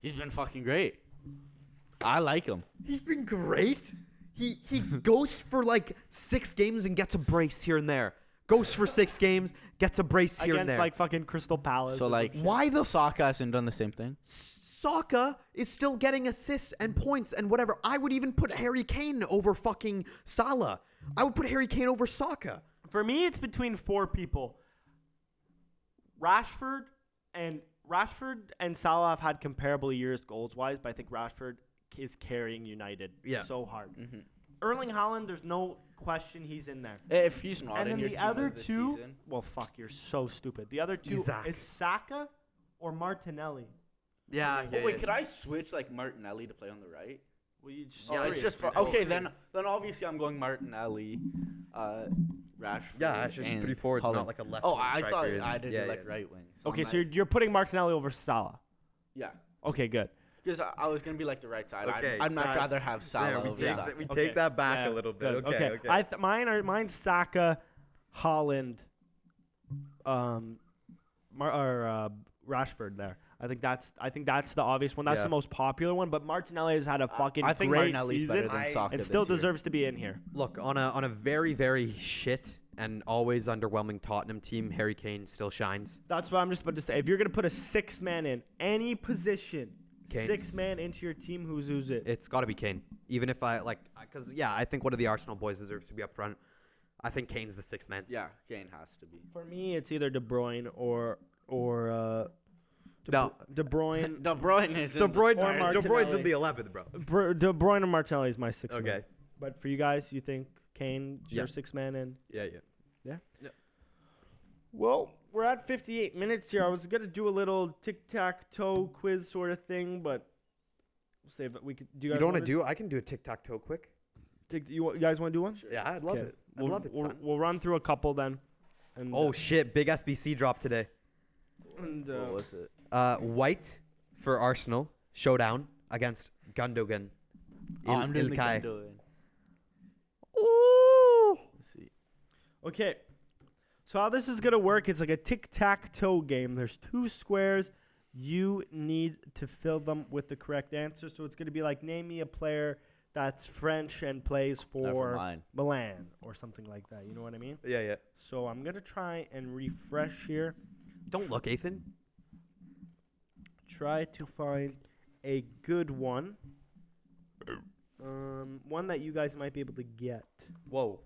[SPEAKER 3] He's been fucking great. I like him.
[SPEAKER 2] He's been great. He he goes for like six games and gets a brace here and there. Goes for six games, gets a brace here and
[SPEAKER 1] Against
[SPEAKER 2] there.
[SPEAKER 1] like fucking Crystal Palace.
[SPEAKER 3] So
[SPEAKER 1] or
[SPEAKER 3] like,
[SPEAKER 1] something.
[SPEAKER 2] Why the
[SPEAKER 3] Saka hasn't done the same thing?
[SPEAKER 2] Saka is still getting assists and points and whatever. I would even put Harry Kane over fucking Salah. I would put Harry Kane over Saka.
[SPEAKER 1] for me, it's between four people. Rashford and Rashford and Salah have had comparable years goals wise, but I think Rashford is carrying United
[SPEAKER 2] Yeah.
[SPEAKER 1] so hard. Erling Holland, there's no question he's in there.
[SPEAKER 3] If he's not
[SPEAKER 1] and then
[SPEAKER 3] in your
[SPEAKER 1] the
[SPEAKER 3] team of
[SPEAKER 1] other
[SPEAKER 3] this
[SPEAKER 1] two.
[SPEAKER 3] season-
[SPEAKER 1] Well, fuck, you're so stupid. The other two
[SPEAKER 2] Isak.
[SPEAKER 1] is Saka or Martinelli.
[SPEAKER 2] Yeah.
[SPEAKER 3] Oh wait, could I switch like Martinelli to play on the right?
[SPEAKER 1] Well, you just
[SPEAKER 2] Yeah,
[SPEAKER 1] Oh,
[SPEAKER 2] it's
[SPEAKER 1] yeah.
[SPEAKER 2] just for-
[SPEAKER 3] okay. Then then obviously I'm going Martinelli, uh, Rashford.
[SPEAKER 2] Yeah, it's just
[SPEAKER 3] and
[SPEAKER 2] three forwards, not
[SPEAKER 3] Holland.
[SPEAKER 2] like a left
[SPEAKER 3] Oh,
[SPEAKER 2] wing
[SPEAKER 3] I thought
[SPEAKER 2] striker.
[SPEAKER 3] I did
[SPEAKER 2] Yeah,
[SPEAKER 3] like
[SPEAKER 2] yeah.
[SPEAKER 3] right wing.
[SPEAKER 1] okay.
[SPEAKER 3] I'm
[SPEAKER 1] So
[SPEAKER 3] like-
[SPEAKER 1] you're, you're putting Martinelli over Salah.
[SPEAKER 3] yeah,
[SPEAKER 1] Okay, good.
[SPEAKER 3] because I, I was gonna be like the right side.
[SPEAKER 2] Okay,
[SPEAKER 3] I'd, I'd much
[SPEAKER 2] that-
[SPEAKER 3] rather have Salah
[SPEAKER 2] we
[SPEAKER 3] over
[SPEAKER 2] take
[SPEAKER 3] Saka.
[SPEAKER 2] that, we
[SPEAKER 1] Okay.
[SPEAKER 2] take that back
[SPEAKER 1] Yeah,
[SPEAKER 2] a little bit.
[SPEAKER 1] good.
[SPEAKER 2] Okay, okay.
[SPEAKER 1] I th- mine are mine's Saka, Holland, um, Mar- or uh, Rashford. There, I think that's I think that's the obvious one. That's
[SPEAKER 2] Yeah.
[SPEAKER 1] the most popular one. But Martinelli has had a fucking
[SPEAKER 3] I think
[SPEAKER 1] great
[SPEAKER 3] Martinelli's
[SPEAKER 1] season
[SPEAKER 3] better than
[SPEAKER 2] I-
[SPEAKER 3] Saka.
[SPEAKER 1] and
[SPEAKER 3] this
[SPEAKER 1] still
[SPEAKER 3] year.
[SPEAKER 1] deserves to be in here.
[SPEAKER 2] Look on a on a very very shit and always underwhelming Tottenham team. Harry Kane still shines.
[SPEAKER 1] That's what I'm just about to say. If you're gonna put a six man in any position,
[SPEAKER 2] Kane.
[SPEAKER 1] six man into your team, who's who's it?
[SPEAKER 2] It's got to be Kane. Even if I like, because yeah, I think one of the Arsenal boys deserves to be up front. I think Kane's the sixth man.
[SPEAKER 3] Yeah, Kane has to be.
[SPEAKER 1] For me, it's either De Bruyne or or uh, De,
[SPEAKER 2] No.
[SPEAKER 1] Bru- De Bruyne,
[SPEAKER 3] De Bruyne is.
[SPEAKER 2] De Bruyne's,
[SPEAKER 1] Or
[SPEAKER 2] De Bruyne's
[SPEAKER 1] Martinelli.
[SPEAKER 2] in the eleventh, bro.
[SPEAKER 1] Bru- De Bruyne or Martinelli is my six. man.
[SPEAKER 2] Okay.
[SPEAKER 1] But for you guys, you think Kane, your
[SPEAKER 2] Yeah.
[SPEAKER 1] six man in?
[SPEAKER 2] Yeah, yeah.
[SPEAKER 1] Well, we're at 58 minutes here. I was gonna do a little tic tac toe quiz sort of thing, but we'll save it. We could. Do you,
[SPEAKER 2] You,
[SPEAKER 1] guys
[SPEAKER 2] don't want
[SPEAKER 1] wanna
[SPEAKER 2] to do? I can do a tic tac toe quick.
[SPEAKER 1] Tic, you, wa- you guys want to do one?
[SPEAKER 2] Yeah, I'd love
[SPEAKER 1] Okay.
[SPEAKER 2] it. I'd love it,
[SPEAKER 1] We'll,
[SPEAKER 2] son.
[SPEAKER 1] we'll run through a couple then. And, uh,
[SPEAKER 2] Oh shit! Big SBC drop today.
[SPEAKER 1] and, uh,
[SPEAKER 3] What was it?
[SPEAKER 2] Uh, White for Arsenal showdown against Gundogan.
[SPEAKER 3] Oh, I'm doing the
[SPEAKER 2] Ilkay.
[SPEAKER 3] Gundogan.
[SPEAKER 2] Ooh.
[SPEAKER 3] Let's see.
[SPEAKER 1] uh, Okay. So how this is gonna work? It's like a tic tac toe game. There's two squares. You need to fill them with the correct answer. So it's gonna be like name me a player that's French and plays
[SPEAKER 3] Never
[SPEAKER 1] for
[SPEAKER 3] mind.
[SPEAKER 1] Milan or something like that. You know what I mean?
[SPEAKER 2] Yeah, yeah.
[SPEAKER 1] So I'm gonna try and refresh here.
[SPEAKER 2] Don't look, Ethan.
[SPEAKER 1] Try to find a good one. Um, one that you guys might be able to get.
[SPEAKER 2] Whoa.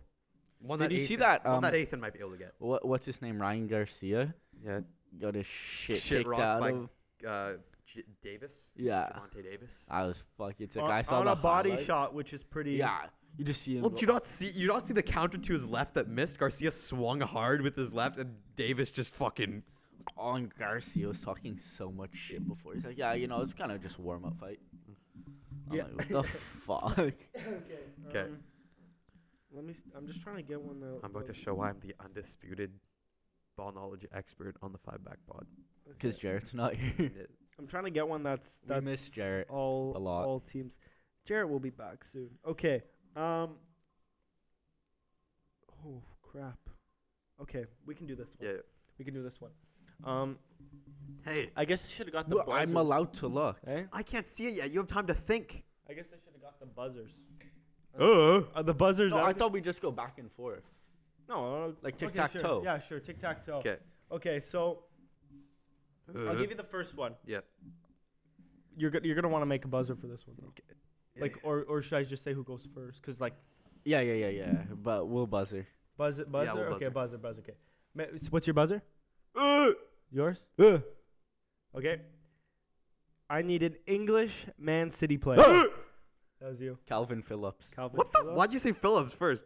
[SPEAKER 2] One
[SPEAKER 3] Did
[SPEAKER 2] that
[SPEAKER 3] you see
[SPEAKER 2] Ethan,
[SPEAKER 3] that,
[SPEAKER 2] one that
[SPEAKER 3] um,
[SPEAKER 2] Ethan might be able to get.
[SPEAKER 3] What what's his name? Ryan Garcia
[SPEAKER 2] Yeah.
[SPEAKER 3] got his shit,
[SPEAKER 2] Shit
[SPEAKER 3] kicked
[SPEAKER 2] rocked
[SPEAKER 3] out
[SPEAKER 2] by-
[SPEAKER 3] of.
[SPEAKER 2] Uh, J- Davis.
[SPEAKER 3] Yeah,
[SPEAKER 2] Javonte Davis.
[SPEAKER 3] I was fucking sick.
[SPEAKER 1] on,
[SPEAKER 3] I saw
[SPEAKER 1] on
[SPEAKER 3] the
[SPEAKER 1] a body
[SPEAKER 3] highlights.
[SPEAKER 1] shot, which is pretty.
[SPEAKER 3] Yeah, you just see him.
[SPEAKER 2] Well,
[SPEAKER 3] go-
[SPEAKER 2] do you not see you not see the counter to his left that missed? Garcia swung hard with his left, and Davis just fucking.
[SPEAKER 3] Oh, and Garcia was talking so much shit before. He's like, yeah, you know, it's kind of just warm up fight. I'm
[SPEAKER 1] Yeah.
[SPEAKER 3] like, what the fuck?
[SPEAKER 1] okay. um,
[SPEAKER 2] 'Kay.
[SPEAKER 1] let me. s I'm just trying to get one though.
[SPEAKER 2] I'm about to show why I'm the undisputed ball knowledge expert on the five back pod.
[SPEAKER 3] Because Jarrett's not here.
[SPEAKER 1] I'm trying to get one that's
[SPEAKER 3] We
[SPEAKER 1] that's
[SPEAKER 3] miss Jarrett
[SPEAKER 1] all
[SPEAKER 3] a lot.
[SPEAKER 1] all teams. Jarrett will be back soon. Okay. Um. Oh crap. Okay, we can do this. One.
[SPEAKER 2] Yeah.
[SPEAKER 1] We can do this one. Um,
[SPEAKER 2] Hey,
[SPEAKER 1] I guess I should have got
[SPEAKER 3] Well, I'm allowed to look.
[SPEAKER 2] I can't see it yet. You have time to think.
[SPEAKER 1] I guess I should have got the buzzers.
[SPEAKER 2] Oh.
[SPEAKER 1] Are the buzzers?
[SPEAKER 3] No, I
[SPEAKER 1] out?
[SPEAKER 3] thought we just go back and forth.
[SPEAKER 1] no. uh,
[SPEAKER 3] Like
[SPEAKER 1] okay, sure.
[SPEAKER 3] tic-tac-toe.
[SPEAKER 1] Yeah, sure. Tic tac toe.
[SPEAKER 2] Okay. Uh-huh.
[SPEAKER 1] Okay, so I'll give you the first one.
[SPEAKER 2] Yeah.
[SPEAKER 1] You're go- you're gonna want to make a buzzer for this one, though. Like, or or should I just say who goes first? Cause like
[SPEAKER 3] Yeah, yeah, yeah, yeah. But we'll buzzer.
[SPEAKER 1] buzz buzzer.
[SPEAKER 2] we'll
[SPEAKER 1] okay, buzzer,
[SPEAKER 2] buzzer.
[SPEAKER 1] buzzer. Okay. Ma- s- What's your buzzer? Yours? Okay. I need an English Man City player.
[SPEAKER 3] Uh!
[SPEAKER 1] that was you,
[SPEAKER 3] Calvin Phillips.
[SPEAKER 1] Calvin.
[SPEAKER 2] What the?
[SPEAKER 1] Phillips.
[SPEAKER 2] Why'd you say Phillips first?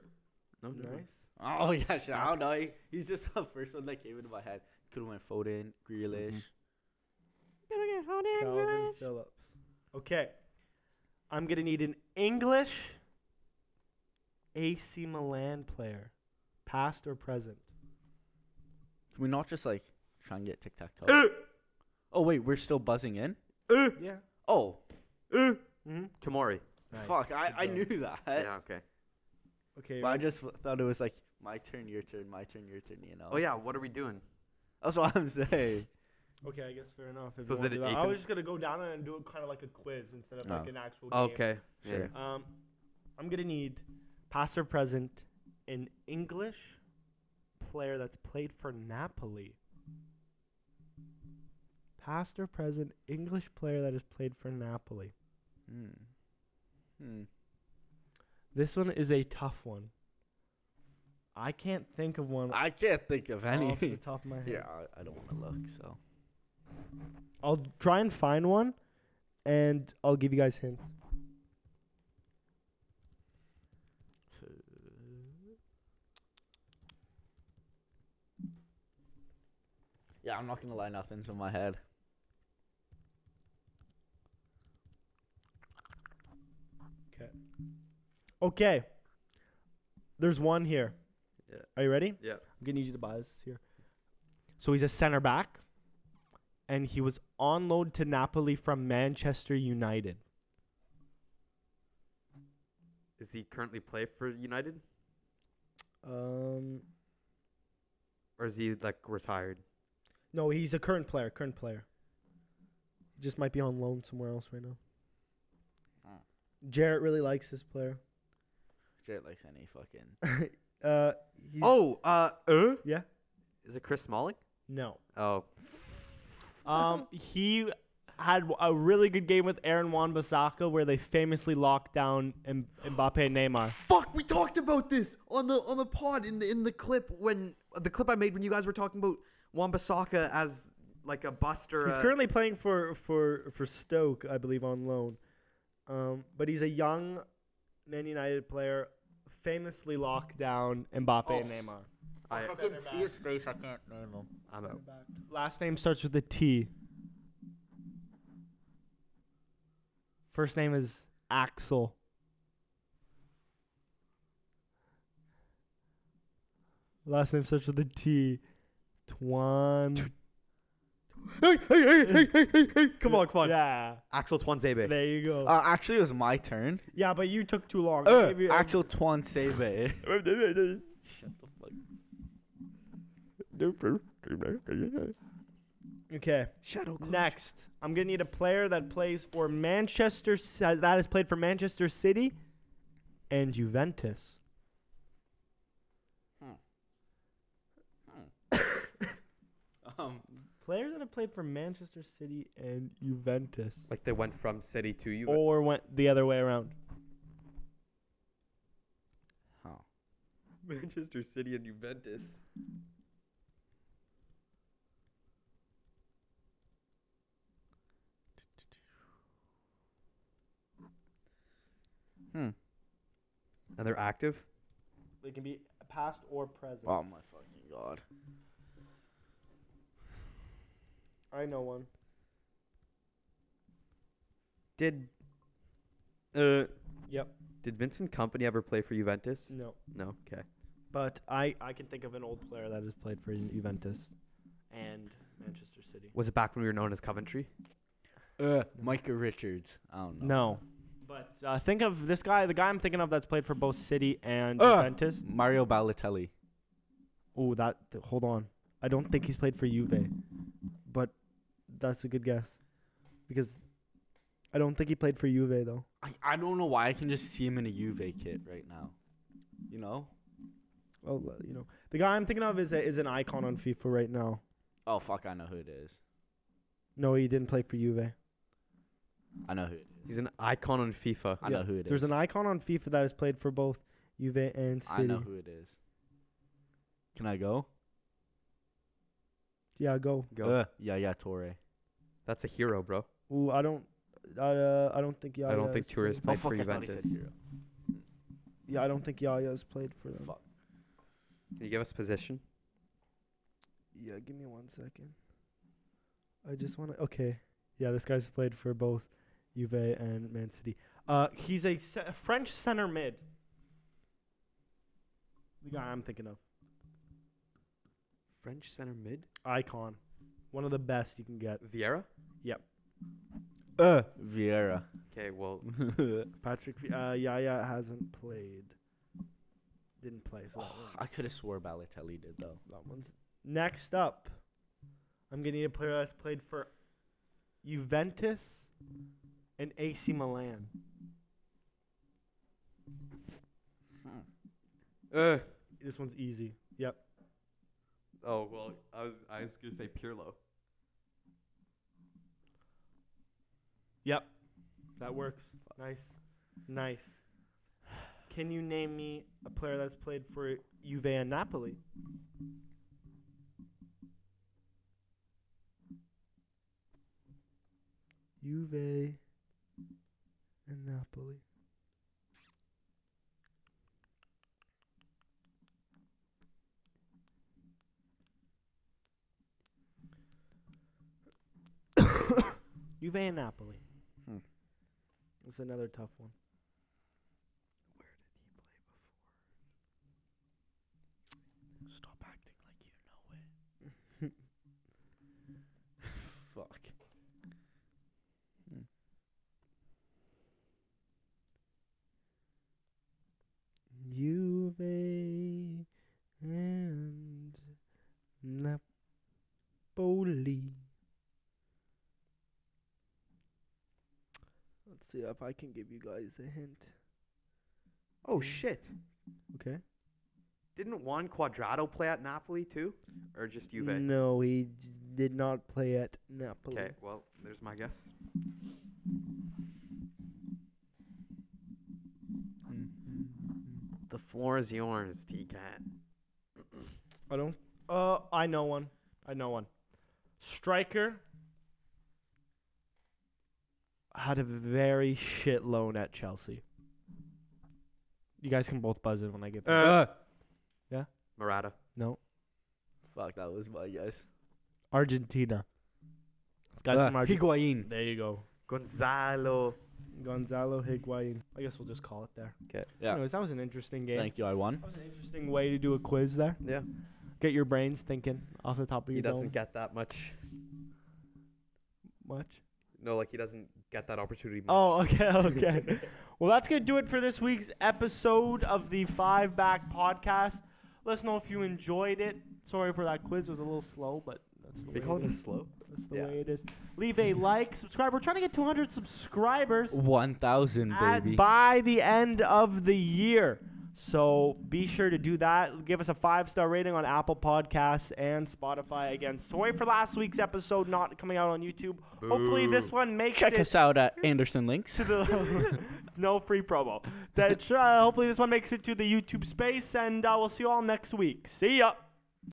[SPEAKER 3] no, no.
[SPEAKER 1] Nice.
[SPEAKER 3] Oh yeah, shit. I don't know. He- He's just the first one that came into my head. Could have went Foden, Grealish.
[SPEAKER 1] Calvin Phillips. Okay. I'm gonna need an English AC Milan player, past or present.
[SPEAKER 3] Can we not just like try and get tic tac toe? oh wait, we're still buzzing in.
[SPEAKER 2] Uh,
[SPEAKER 1] Yeah.
[SPEAKER 3] Oh
[SPEAKER 1] Mm-hmm.
[SPEAKER 2] Tamori.
[SPEAKER 3] fuck, I, I knew that.
[SPEAKER 2] Yeah. Okay.
[SPEAKER 1] Okay.
[SPEAKER 3] But I just w- thought it was like my turn, your turn, my turn, your turn. You know.
[SPEAKER 2] Oh yeah. What are we doing?
[SPEAKER 3] That's what I'm saying.
[SPEAKER 1] Okay, I guess fair enough. if
[SPEAKER 2] So
[SPEAKER 1] you
[SPEAKER 2] is
[SPEAKER 1] wanna
[SPEAKER 2] it
[SPEAKER 1] do
[SPEAKER 2] an
[SPEAKER 1] that. I
[SPEAKER 2] Ethan-
[SPEAKER 1] was just gonna go down and do it kind of like a quiz instead of
[SPEAKER 3] Oh.
[SPEAKER 1] like an actual. Game.
[SPEAKER 2] Okay.
[SPEAKER 3] Sure.
[SPEAKER 2] Yeah.
[SPEAKER 1] Um, I'm gonna need past or present an English player that's played for Napoli. Past or present English player that has played for Napoli.
[SPEAKER 3] Hmm. Hmm.
[SPEAKER 1] This one is a tough one. I can't think of one
[SPEAKER 3] I can't think of any.
[SPEAKER 1] off the top of my head.
[SPEAKER 3] Yeah, I- I don't want to look. So.
[SPEAKER 1] I'll try and find one, and I'll give you guys hints.
[SPEAKER 3] Yeah, I'm not gonna lie. Nothing's in my head.
[SPEAKER 1] Okay. There's one here.
[SPEAKER 2] Yeah.
[SPEAKER 1] Are you ready?
[SPEAKER 2] Yeah.
[SPEAKER 1] I'm gonna need you to buy this here. So he's a center back, and he was on loan to Napoli from Manchester United.
[SPEAKER 2] Is he currently play for United,
[SPEAKER 1] Um,
[SPEAKER 2] or is he like retired?
[SPEAKER 1] no, he's a current player. Current player. Just might be on loan somewhere else right now.
[SPEAKER 3] Ah.
[SPEAKER 1] Jarrett really likes this player.
[SPEAKER 3] Jared likes any fucking.
[SPEAKER 1] Uh, he's,
[SPEAKER 2] Oh. Uh. Uh.
[SPEAKER 1] Yeah.
[SPEAKER 2] Is it Chris Smalling?
[SPEAKER 1] no.
[SPEAKER 2] Oh.
[SPEAKER 1] Um, he had a really good game with Aaron Wan Bissaka where they famously locked down M- Mbappe and Neymar.
[SPEAKER 2] Fuck, we talked about this on the on the pod in the in the clip when the clip I made when you guys were talking about Wambasaka as like a buster. uh,
[SPEAKER 1] He's currently playing for for for Stoke, I believe, on loan. Um, but he's a young Man United player, famously locked down Mbappe and Neymar.
[SPEAKER 2] I,
[SPEAKER 3] can see his face. I can't. No, no.
[SPEAKER 2] am out.
[SPEAKER 1] Last name starts with a T. First name is Axel. Last name starts with a T. Twan.
[SPEAKER 2] Hey, hey, hey, hey, hey, hey, hey! Come on, come on.
[SPEAKER 1] Yeah,
[SPEAKER 2] Axel Twanzebe.
[SPEAKER 1] there you go.
[SPEAKER 3] Uh, actually, it was my turn.
[SPEAKER 1] yeah, but you took too long. I
[SPEAKER 3] Uh,
[SPEAKER 1] gave you- I-
[SPEAKER 3] actual Twan Sebe.
[SPEAKER 2] Shut the fuck.
[SPEAKER 1] okay.
[SPEAKER 2] Shadow Clone.
[SPEAKER 1] Next, I'm gonna need a player that plays for Manchester C- that has played for Manchester City and Juventus.
[SPEAKER 3] um,
[SPEAKER 1] Player that have played for Manchester City and Juventus,
[SPEAKER 2] Like they went from city to you.
[SPEAKER 1] or went the other way around.
[SPEAKER 3] huh.
[SPEAKER 2] Manchester City and Juventus.
[SPEAKER 3] Hmm.
[SPEAKER 2] And they're active.
[SPEAKER 1] They can be past or present.
[SPEAKER 3] Oh my fucking god.
[SPEAKER 1] I know one.
[SPEAKER 2] Did uh
[SPEAKER 1] Yep. Mm.
[SPEAKER 2] did Vincent Company ever play for Juventus?
[SPEAKER 1] No.
[SPEAKER 2] No. Okay.
[SPEAKER 1] But I, I can think of an old player that has played for Juventus and Manchester City.
[SPEAKER 2] Was it back when we were known as Coventry?
[SPEAKER 3] Uh, Micah Richards. I don't know.
[SPEAKER 1] No. But uh, think of this guy, the guy I'm thinking of that's played for both City and
[SPEAKER 3] Uh.
[SPEAKER 1] Juventus.
[SPEAKER 3] Mario Balotelli.
[SPEAKER 1] Ah! Ooh, that. th- hold on. I don't think he's played for Juve, but that's a good guess because I don't think he played for Juve though.
[SPEAKER 3] I, I don't know why I can just see him in a Juve kit right now. You know?
[SPEAKER 1] Well, uh, you know, the guy I'm thinking of is a, is an icon on FIFA right now.
[SPEAKER 3] Oh fuck, I know who it is.
[SPEAKER 1] No, he didn't play for Juve.
[SPEAKER 3] I know who it is.
[SPEAKER 2] He's an icon on FIFA.
[SPEAKER 3] I
[SPEAKER 1] Yeah,
[SPEAKER 3] know who it is.
[SPEAKER 1] There's an icon on FIFA that has played for both Juve and
[SPEAKER 3] I
[SPEAKER 1] City.
[SPEAKER 3] know who it is. Can I go?
[SPEAKER 1] Yeah, go.
[SPEAKER 2] Go.
[SPEAKER 3] Uh, yeah, yeah, Torre.
[SPEAKER 2] That's a hero, bro.
[SPEAKER 1] Ooh, I don't. Uh, I don't think Yaya.
[SPEAKER 2] I don't
[SPEAKER 1] has
[SPEAKER 2] think
[SPEAKER 1] played-
[SPEAKER 2] Tourist
[SPEAKER 3] Oh
[SPEAKER 2] played
[SPEAKER 3] fuck,
[SPEAKER 2] for
[SPEAKER 3] I thought he said
[SPEAKER 2] Juventus.
[SPEAKER 3] hero.
[SPEAKER 1] Yeah, I don't think Yaya's played for them.
[SPEAKER 3] Fuck.
[SPEAKER 2] Can you give us position?
[SPEAKER 1] Yeah, give me one second. I
[SPEAKER 3] Mm.
[SPEAKER 1] just want to. Okay. Yeah, this guy's played for both Juve and Man City. Uh, he's a ce- a French center mid. The guy I'm thinking of.
[SPEAKER 2] French center mid.
[SPEAKER 1] Icon. One of the best you can get.
[SPEAKER 2] Vieira.
[SPEAKER 3] Uh, Vieira.
[SPEAKER 2] Okay. Well,
[SPEAKER 1] Patrick. Fi- Uh, Yaya hasn't played. Didn't play. So that
[SPEAKER 3] Oh, I
[SPEAKER 1] one's-
[SPEAKER 3] could have swore Balotelli did though.
[SPEAKER 1] Oh, that one's. Next up, I'm getting a player that's played for Juventus and AC Milan.
[SPEAKER 2] uh,
[SPEAKER 1] This one's easy. Yep.
[SPEAKER 2] oh well. I was I was gonna say Pirlo.
[SPEAKER 1] Yep. That works. Nice. Nice. Can you name me a player that's played for Juve and Napoli? Juve and Napoli. Juve and Napoli.
[SPEAKER 3] Hmm.
[SPEAKER 1] That's another tough one.
[SPEAKER 3] Stop acting like you know it. Fuck.
[SPEAKER 1] Juve and Napoli. Let's see if I can give you guys a hint.
[SPEAKER 2] Oh shit!
[SPEAKER 1] Okay.
[SPEAKER 2] Didn't Juan Cuadrado play at Napoli too, or just Juve?
[SPEAKER 1] No, he j- did not play at Napoli.
[SPEAKER 2] Okay. Well, there's my guess.
[SPEAKER 3] Mm.
[SPEAKER 2] The floor is yours, T Cat.
[SPEAKER 1] I don't. Uh, I know one. I know one. Striker had a very shit loan at Chelsea. You guys can both buzz in when I get.
[SPEAKER 3] Uh,
[SPEAKER 1] back.
[SPEAKER 2] Murata.
[SPEAKER 1] no,
[SPEAKER 3] Fuck, that was my guess.
[SPEAKER 1] Argentina. This guy's
[SPEAKER 3] Uh,
[SPEAKER 1] from Argentina.
[SPEAKER 3] Higuain.
[SPEAKER 1] There you go,
[SPEAKER 2] Gonzalo.
[SPEAKER 1] Gonzalo Higuain. I guess we'll just call it there.
[SPEAKER 2] 'Kay.
[SPEAKER 3] Yeah.
[SPEAKER 1] Anyways, that was an interesting game.
[SPEAKER 3] Thank you, I won.
[SPEAKER 1] That was an interesting way to do a quiz there.
[SPEAKER 2] Yeah.
[SPEAKER 1] Get your brains thinking off the top of
[SPEAKER 2] He
[SPEAKER 1] your
[SPEAKER 2] doesn't
[SPEAKER 1] dome.
[SPEAKER 2] get that much.
[SPEAKER 1] Much.
[SPEAKER 2] No, like he doesn't get that opportunity. Much.
[SPEAKER 1] Oh, okay, okay. well, that's going to do it for this week's episode of the Five Back Podcast. Let us know if you enjoyed it. Sorry for that quiz. It was a little slow, but that's the,
[SPEAKER 2] They
[SPEAKER 1] way
[SPEAKER 2] call
[SPEAKER 1] it,
[SPEAKER 2] it a
[SPEAKER 1] is.
[SPEAKER 2] slow.
[SPEAKER 1] That's the
[SPEAKER 2] yeah.
[SPEAKER 1] way it is. Leave a like, subscribe. We're trying to get 200 subscribers
[SPEAKER 3] 1,000,
[SPEAKER 1] at-
[SPEAKER 3] baby.
[SPEAKER 1] by the end of the year. So be sure to do that. Give us a five star rating on Apple Podcasts and Spotify. Again, sorry for last week's episode not coming out on YouTube. Hopefully, this
[SPEAKER 2] Boo.
[SPEAKER 1] one makes
[SPEAKER 3] Check
[SPEAKER 1] it
[SPEAKER 3] us out at Anderson Links.
[SPEAKER 1] to the no free uh, promo. That, sure, hopefully, this one makes it to the YouTube space, and uh, we'll see you all next week. See ya.